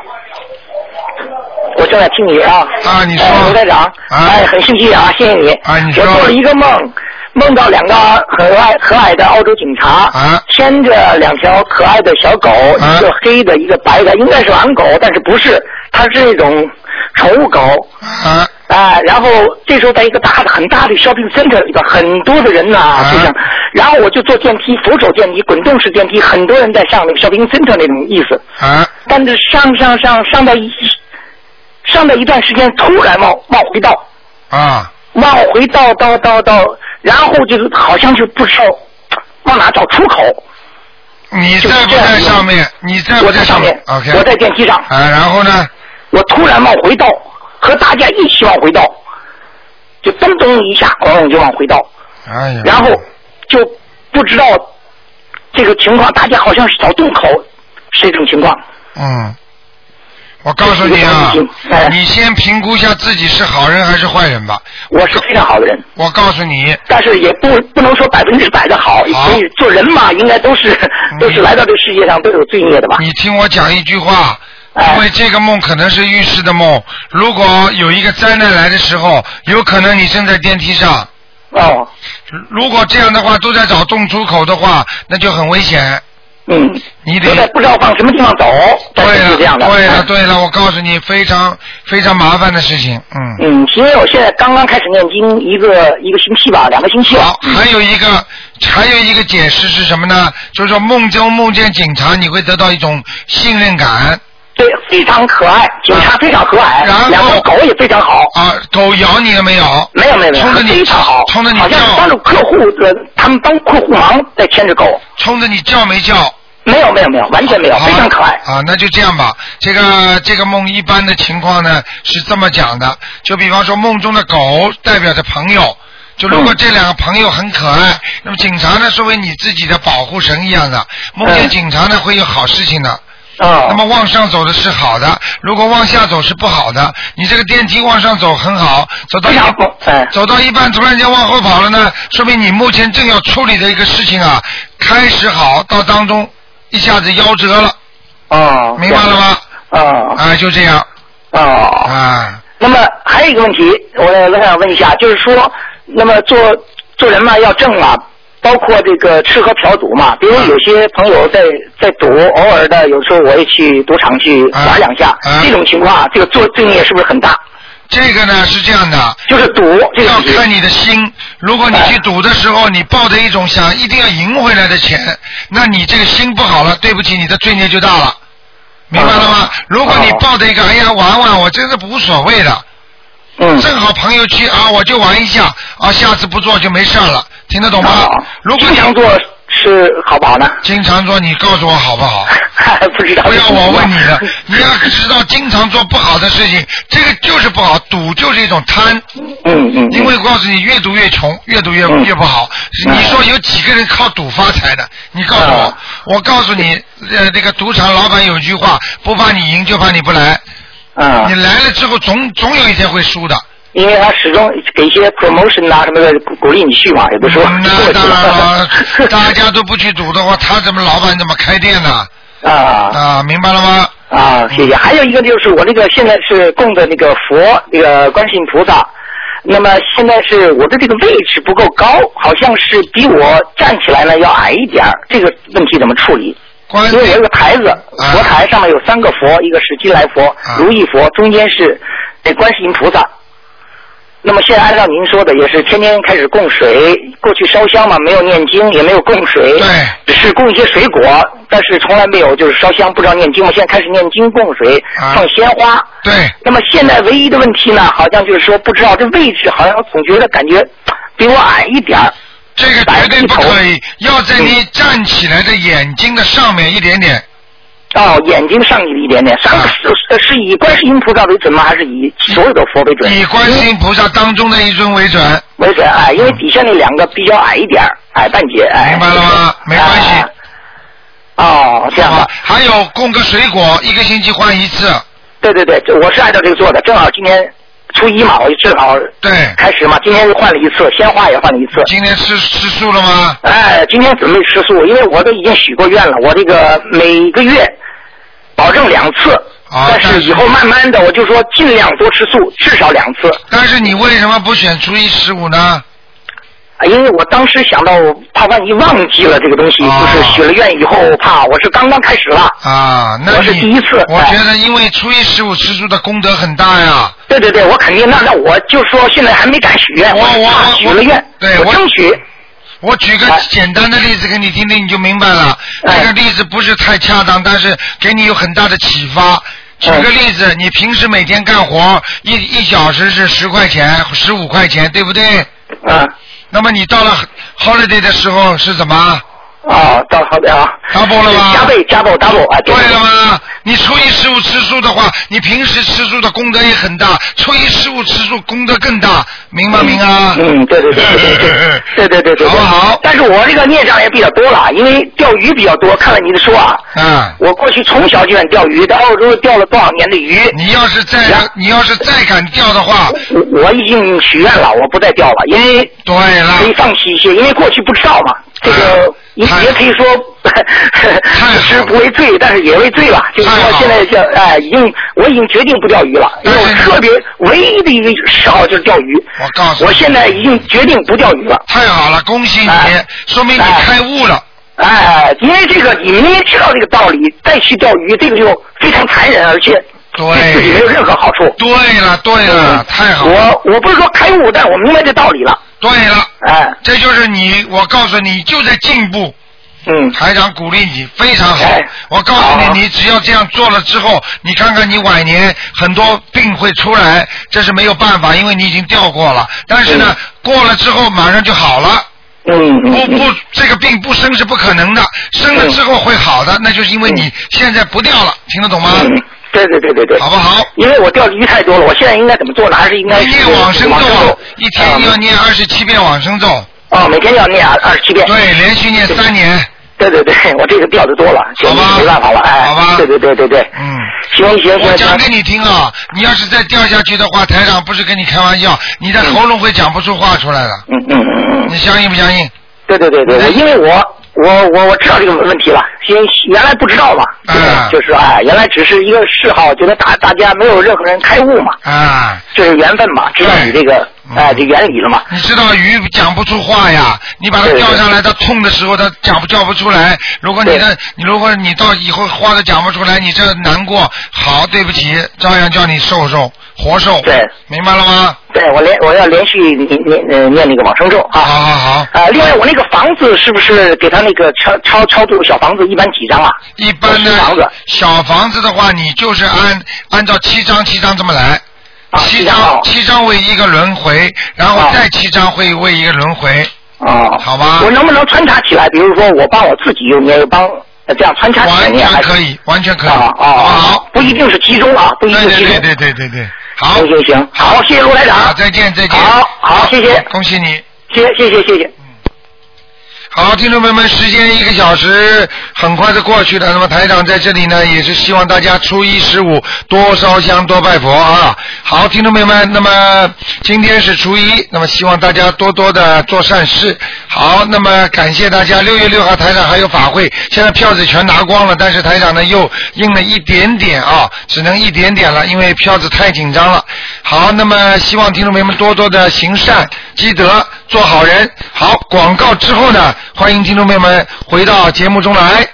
Speaker 6: 我正在听你啊。
Speaker 1: 啊你说
Speaker 6: 哎卢台长。
Speaker 1: 啊
Speaker 6: 哎，很幸运啊，谢谢你。
Speaker 1: 啊你说
Speaker 6: 我做了一个梦，梦到两个和蔼和蔼的澳洲警察。
Speaker 1: 啊
Speaker 6: 牵着两条可爱的小狗，
Speaker 1: 啊
Speaker 6: 一个黑的，一个白的，应该是狼狗，但是不是，它是那种宠物狗。
Speaker 1: 啊
Speaker 6: 啊，然后这时候在一个大的很大的 shopping center 里边，很多的人呐、
Speaker 1: 啊
Speaker 6: 就像，然后我就坐电梯，扶手电梯，滚动式电梯，很多人在上那个 shopping center 那种意思。
Speaker 1: 啊
Speaker 6: 但是上上上上到一上到一段时间，突然往往回倒，
Speaker 1: 啊！
Speaker 6: 往回倒倒倒倒，然后就是好像就不知道往哪找出口。
Speaker 1: 你在不在上面？你在不
Speaker 6: 我在
Speaker 1: 上
Speaker 6: 上面
Speaker 1: ？OK。
Speaker 6: 我在电梯上，
Speaker 1: 啊，然后呢？
Speaker 6: 我突然往回倒，和大家一起往回倒，就咚咚一下，咣就往回倒。
Speaker 1: 哎呀。
Speaker 6: 然后就不知道这个情况，大家好像是找洞口，是一种情况。
Speaker 1: 嗯，我告诉你啊
Speaker 6: 这是一个梦境哎，
Speaker 1: 你先评估一下自己是好人还是坏人吧。
Speaker 6: 我是非常好的人，
Speaker 1: 我告诉你，
Speaker 6: 但是也不不能说百分之百的好，
Speaker 1: 好嗯
Speaker 6: 所以做人嘛，应该都是都是来到这个世界上都有罪孽的吧？
Speaker 1: 你听我讲一句话，
Speaker 6: 哎
Speaker 1: 因为这个梦可能是预示的梦。如果有一个灾难来的时候，有可能你正在电梯上。
Speaker 6: 哦，
Speaker 1: 如果这样的话，都在找洞出口的话，那就很危险。
Speaker 6: 嗯，
Speaker 1: 你得
Speaker 6: 就在不知道往什么地方走，但
Speaker 1: 对
Speaker 6: 是
Speaker 1: 了，
Speaker 6: 就这样的。哎
Speaker 1: 对了，对了，我告诉你，非常非常麻烦的事情，嗯。
Speaker 6: 嗯，因为我现在刚刚开始念经，一个一个星期吧，两个星期啊吧
Speaker 1: 好，。还有一个，还有一个解释是什么呢？就是说梦中梦见警察，你会得到一种信任感
Speaker 6: 对，非常可爱，警察非常和蔼，
Speaker 1: 然后
Speaker 6: 两条狗也非常好。
Speaker 1: 啊！狗咬你了没有？
Speaker 6: 没有没有没有
Speaker 1: 冲着，你
Speaker 6: 非常好，
Speaker 1: 冲着你
Speaker 6: 好像
Speaker 1: 叫
Speaker 6: 帮助客户的，他们帮客户忙在牵着狗，
Speaker 1: 冲着你叫没叫？
Speaker 6: 没有没有没有，完全没有，
Speaker 1: 好
Speaker 6: 非常可爱。
Speaker 1: 啊，那就这样吧。这个这个梦一般的情况呢是这么讲的，就比方说梦中的狗代表着朋友。就如果
Speaker 6: 嗯
Speaker 1: 这两个朋友很可爱，那么警察呢是为你自己的保护神一样的，梦见
Speaker 6: 嗯
Speaker 1: 警察呢会有好事情的。
Speaker 6: 啊，
Speaker 1: 那么往上走的是好的，如果往下走是不好的。你这个电梯往上走很好，走到
Speaker 6: 非
Speaker 1: 一
Speaker 6: 常好，哎，
Speaker 1: 走到一半突然间往后跑了呢，说明你目前正要处理的一个事情啊，开始好到当中一下子夭折了，
Speaker 6: 哦，
Speaker 1: 明白了吗？
Speaker 6: 啊
Speaker 1: 啊，就这样
Speaker 6: 啊，
Speaker 1: 啊，
Speaker 6: 那么还有一个问题，我我想问一下，就是说，那么做做人嘛要正嘛，包括这个吃喝嫖赌嘛，比如有些朋友在在赌，偶尔的有时候我也去赌场去
Speaker 1: 啊
Speaker 6: 玩两下，
Speaker 1: 啊
Speaker 6: 这种情况啊，这个做罪孽是不是很大？
Speaker 1: 这个呢是这样的。
Speaker 6: 就是哎赌这个
Speaker 1: 要
Speaker 6: 问题
Speaker 1: 看啊你的心，如果你去赌的时候，你抱着一种想一定要赢回来的钱，那你这个心不好了，对不起，你的罪孽就大了，明白了吗
Speaker 6: 哦？
Speaker 1: 如果你
Speaker 6: 哦
Speaker 1: 抱着一个哎呀玩玩，我真是无所谓的，
Speaker 6: 嗯，
Speaker 1: 正好朋友去啊，我就玩一下啊，下次不做就没事儿了，听得懂吗
Speaker 6: 啊？
Speaker 1: 如果
Speaker 6: 经
Speaker 1: 你
Speaker 6: 常做是好不好呢？
Speaker 1: 经常做，你告诉我好不好？
Speaker 6: 不知道。
Speaker 1: 不要我问你 的，你要知道，经常做不好的事情，这个就是不好，赌就是一种贪。
Speaker 6: 嗯嗯，
Speaker 1: 因为我告诉你，越赌越穷，越赌越
Speaker 6: 嗯
Speaker 1: 越不好。
Speaker 6: 嗯
Speaker 1: 你说有几个人靠赌发财的？你告诉我
Speaker 6: 啊，
Speaker 1: 我告诉你，呃，那个赌场老板有一句话，不怕你赢，就怕你不来。
Speaker 6: 啊
Speaker 1: 你，来了之后，总总有一天会输的。
Speaker 6: 因为他始终给一些 promotion 啊什么的鼓鼓励你去嘛，也 不是说
Speaker 1: 嗯那当然了，大家都不去赌的话，他怎么老板怎么开店呢？
Speaker 6: 啊
Speaker 1: 啊，明白了吗？
Speaker 6: 啊，谢谢。还有一个就是我那个现在是供的那个佛，那个观世音菩萨。那么现在是我的这个位置不够高，好像是比我站起来呢要矮一点儿，这个问题怎么处理？
Speaker 1: 关
Speaker 6: 因为有一
Speaker 1: 键
Speaker 6: 个台子，
Speaker 1: 啊
Speaker 6: 佛台上面有三个佛，一个是金来佛
Speaker 1: 啊、
Speaker 6: 如意佛，中间是这观世音菩萨。那么现在按照您说的，也是天天开始供水，过去烧香嘛，没有念经，也没有供水，
Speaker 1: 对
Speaker 6: 只是供一些水果，但是从来没有就是烧香，不知道念经嘛。现在开始念经供水，
Speaker 1: 啊
Speaker 6: 放鲜花。
Speaker 1: 对，
Speaker 6: 那么现在唯一的问题呢，好像就是说不知道这位置，好像我总觉得感觉比我矮一点儿。
Speaker 1: 这个绝对不可以
Speaker 6: 白，
Speaker 1: 要在你站起来的眼睛的上面一点点。
Speaker 6: 哦，眼睛上去了一点点，上
Speaker 1: 啊
Speaker 6: 是是是以观世音菩萨为准吗？还是以所有的佛为准？
Speaker 1: 以观世音菩萨当中的一尊为准，
Speaker 6: 为准啊，因为底下那两个比较矮一点儿，矮半截，矮。
Speaker 1: 明白了吗没关系
Speaker 6: 啊哦，这样
Speaker 1: 好吧
Speaker 6: 的，？
Speaker 1: 还有供个水果，一个星期换一次。
Speaker 6: 对对对，这我是按照这个做的，正好今年初一嘛，我就正好
Speaker 1: 对，
Speaker 6: 开始嘛，今天换了一次，鲜花也换了一次。
Speaker 1: 今天吃吃素了吗？
Speaker 6: 哎，今天准备吃素，因为我都已经许过愿了，我这个每个月保证两次，
Speaker 1: 啊
Speaker 6: 但是以后慢慢的，我就说尽量多吃素，至少两次。
Speaker 1: 但是你为什么不选初一十五呢？
Speaker 6: 啊，因为我当时想到，怕万一忘记了这个东西，
Speaker 1: 啊
Speaker 6: 就是许了愿以后，
Speaker 1: 哦
Speaker 6: 怕我是刚刚开始了。
Speaker 1: 啊，那你
Speaker 6: 我是第一次
Speaker 1: 我
Speaker 6: 哎
Speaker 1: 觉得因为初一十五吃素的功德很大呀。
Speaker 6: 对对对，我肯定，那那我就说现在还没敢许愿，
Speaker 1: 我我
Speaker 6: 怕
Speaker 1: 我
Speaker 6: 许了愿，
Speaker 1: 对我
Speaker 6: 我争取。
Speaker 1: 我举个
Speaker 6: 哎
Speaker 1: 简单的例子给你听听，你就明白了。
Speaker 6: 哎
Speaker 1: 这个例子不是太恰当，但是给你有很大的启
Speaker 6: 哎
Speaker 1: 发。举个例子，你平时每天干活一一小时是十块钱、十五块钱，对不对？
Speaker 6: 嗯，
Speaker 1: 那么你到了 holiday 的时候是怎么？
Speaker 6: 哦，到好的啊。
Speaker 1: double 了吗
Speaker 6: 加倍加倍 double 啊！
Speaker 1: 对了
Speaker 6: 吗？
Speaker 1: 吗？你初一十五吃素的话，你平时吃素的功德也很大，初一十五吃素功德更大，明白明啊？
Speaker 6: 嗯，对对对 对对对对对对对，
Speaker 1: 好不好
Speaker 6: 但是我这个孽障也比较多了，因为钓鱼比较多。看了你的书啊，
Speaker 1: 嗯，
Speaker 6: 我过去从小就想钓鱼，在澳洲钓了多少年的鱼，
Speaker 1: 你要是再你要是再敢掉的话，
Speaker 6: 我我已经许愿了，我不再钓了，因为
Speaker 1: 对了
Speaker 6: 可，以放弃一些，因为过去不知道嘛。这个也
Speaker 1: 啊太
Speaker 6: 也可以说，
Speaker 1: 好了
Speaker 6: 是不为罪，但是也为罪吧。就是
Speaker 1: 太好
Speaker 6: 说
Speaker 1: 了
Speaker 6: 现在叫哎，已经我已经决定不钓鱼了，因为我
Speaker 1: 但是
Speaker 6: 特别唯一的一个嗜好就是钓鱼。
Speaker 1: 我告诉你
Speaker 6: 我现在已经决定不钓鱼了。
Speaker 1: 太好了，恭喜你
Speaker 6: 哎，
Speaker 1: 说明你开悟了。
Speaker 6: 啊、哎，因为这个你明明知道这个道理，再去钓鱼，这个就非常残忍，而且对嗯自己没有任何好处。
Speaker 1: 对了，对了，太好了。
Speaker 6: 我我不是说开悟，但我明白这道理了。
Speaker 1: 对了，
Speaker 6: 哎，
Speaker 1: 这就是你，我告诉你，就在进步。
Speaker 6: 嗯，
Speaker 1: 台长鼓励你，非常好。我告诉
Speaker 6: 哎好
Speaker 1: 你，你只要这样做了之后，你看看你晚年很多病会出来，这是没有办法，因为你已经掉过了。但是呢，过了之后马上就好了。
Speaker 6: 嗯
Speaker 1: 不不，这个病不生是不可能的，生了之后会好的，那就是因
Speaker 6: 嗯
Speaker 1: 为你现在不掉了，听得懂吗？
Speaker 6: 对对对对对，
Speaker 1: 啊好不好？
Speaker 6: 因为我钓鱼太多了，我现在应该怎么做呢？还是应该
Speaker 1: 念往生咒啊
Speaker 6: 咒，
Speaker 1: 一
Speaker 6: 嗯
Speaker 1: 天要念二十七遍往生咒。
Speaker 6: 哦，每天要念二二十七遍。
Speaker 1: 对，连续念三年。
Speaker 6: 对对 对，我这个钓的多了，
Speaker 1: 好吧
Speaker 6: 没办法了，哎，
Speaker 1: 好吧
Speaker 6: 对对对对对，
Speaker 1: 嗯，
Speaker 6: 行行
Speaker 1: 我
Speaker 6: 行
Speaker 1: 讲给
Speaker 6: 行，
Speaker 1: 你听啊，你要是再掉下去的话，台长不是跟你开玩笑，你的喉咙会讲不出话出来的。
Speaker 6: 嗯嗯嗯嗯，
Speaker 1: 你相信不相信？
Speaker 6: 对对对对对，因为我我我我知道这个问题了，因为原来不知道嘛，
Speaker 1: 啊
Speaker 6: 就是哎，原来只是一个嗜好，觉得大大家没有任何人开悟嘛，
Speaker 1: 啊，
Speaker 6: 这是缘分嘛，知道你这个
Speaker 1: 嗯
Speaker 6: 哎这原理了嘛，
Speaker 1: 你知道鱼讲不出话呀，你把它
Speaker 6: 对对
Speaker 1: 钓上来，它痛的时候它讲不叫不出来。如果你的你如果你到以后话都讲不出来，你这难过，好，对不起，照样叫你瘦瘦活受。
Speaker 6: 对，
Speaker 1: 明白了吗？
Speaker 6: 对我连我要连续念念呃念那个往生咒
Speaker 1: 好
Speaker 6: 啊。
Speaker 1: 好好，
Speaker 6: 啊，另外我那个房子是不是给他那个超超超度小房子一般几张啊？
Speaker 1: 一般呢
Speaker 6: 小房子，
Speaker 1: 小房子的话，你就是按按照七张七张这么来。
Speaker 6: 啊，
Speaker 1: 七
Speaker 6: 张
Speaker 1: 张
Speaker 6: 啊，
Speaker 1: 七张为一个轮回，然后
Speaker 6: 啊
Speaker 1: 再七张会为一个轮回，
Speaker 6: 哦，
Speaker 1: 好吧
Speaker 6: 我能不能穿插起来？比如说，我帮我自己又念，又帮呃这样穿插起来
Speaker 1: 完
Speaker 6: 念，
Speaker 1: 全
Speaker 6: 还是
Speaker 1: 可以，完全可以，
Speaker 6: 啊
Speaker 1: 好
Speaker 6: 啊
Speaker 1: 不
Speaker 6: 啊！
Speaker 1: 好？
Speaker 6: 不一定是集中啊，不一
Speaker 1: 对
Speaker 6: 定是
Speaker 1: 对
Speaker 6: 集中
Speaker 1: 对。对对对对，好，
Speaker 6: 行行行，好，谢谢卢台
Speaker 1: 好，
Speaker 6: 长，
Speaker 1: 再见再见，
Speaker 6: 好好谢谢
Speaker 1: 恭喜你。
Speaker 6: 谢谢谢谢谢谢。
Speaker 1: 好，听众朋友们，时间一个小时很快的过去了。那么台长在这里呢，也是希望大家初一十五多烧香多拜佛啊。好，听众朋友们，那么今天是初一，那么希望大家多多的做善事。好，那么感谢大家。六月六号台长还有法会，现在票子全拿光了，但是台长呢又印了一点点啊，只能一点点了，因为票子太紧张了。好，那么希望听众朋友们多多的行善积德，做好人。好，广告之后呢，欢迎听众朋友们回到节目中来。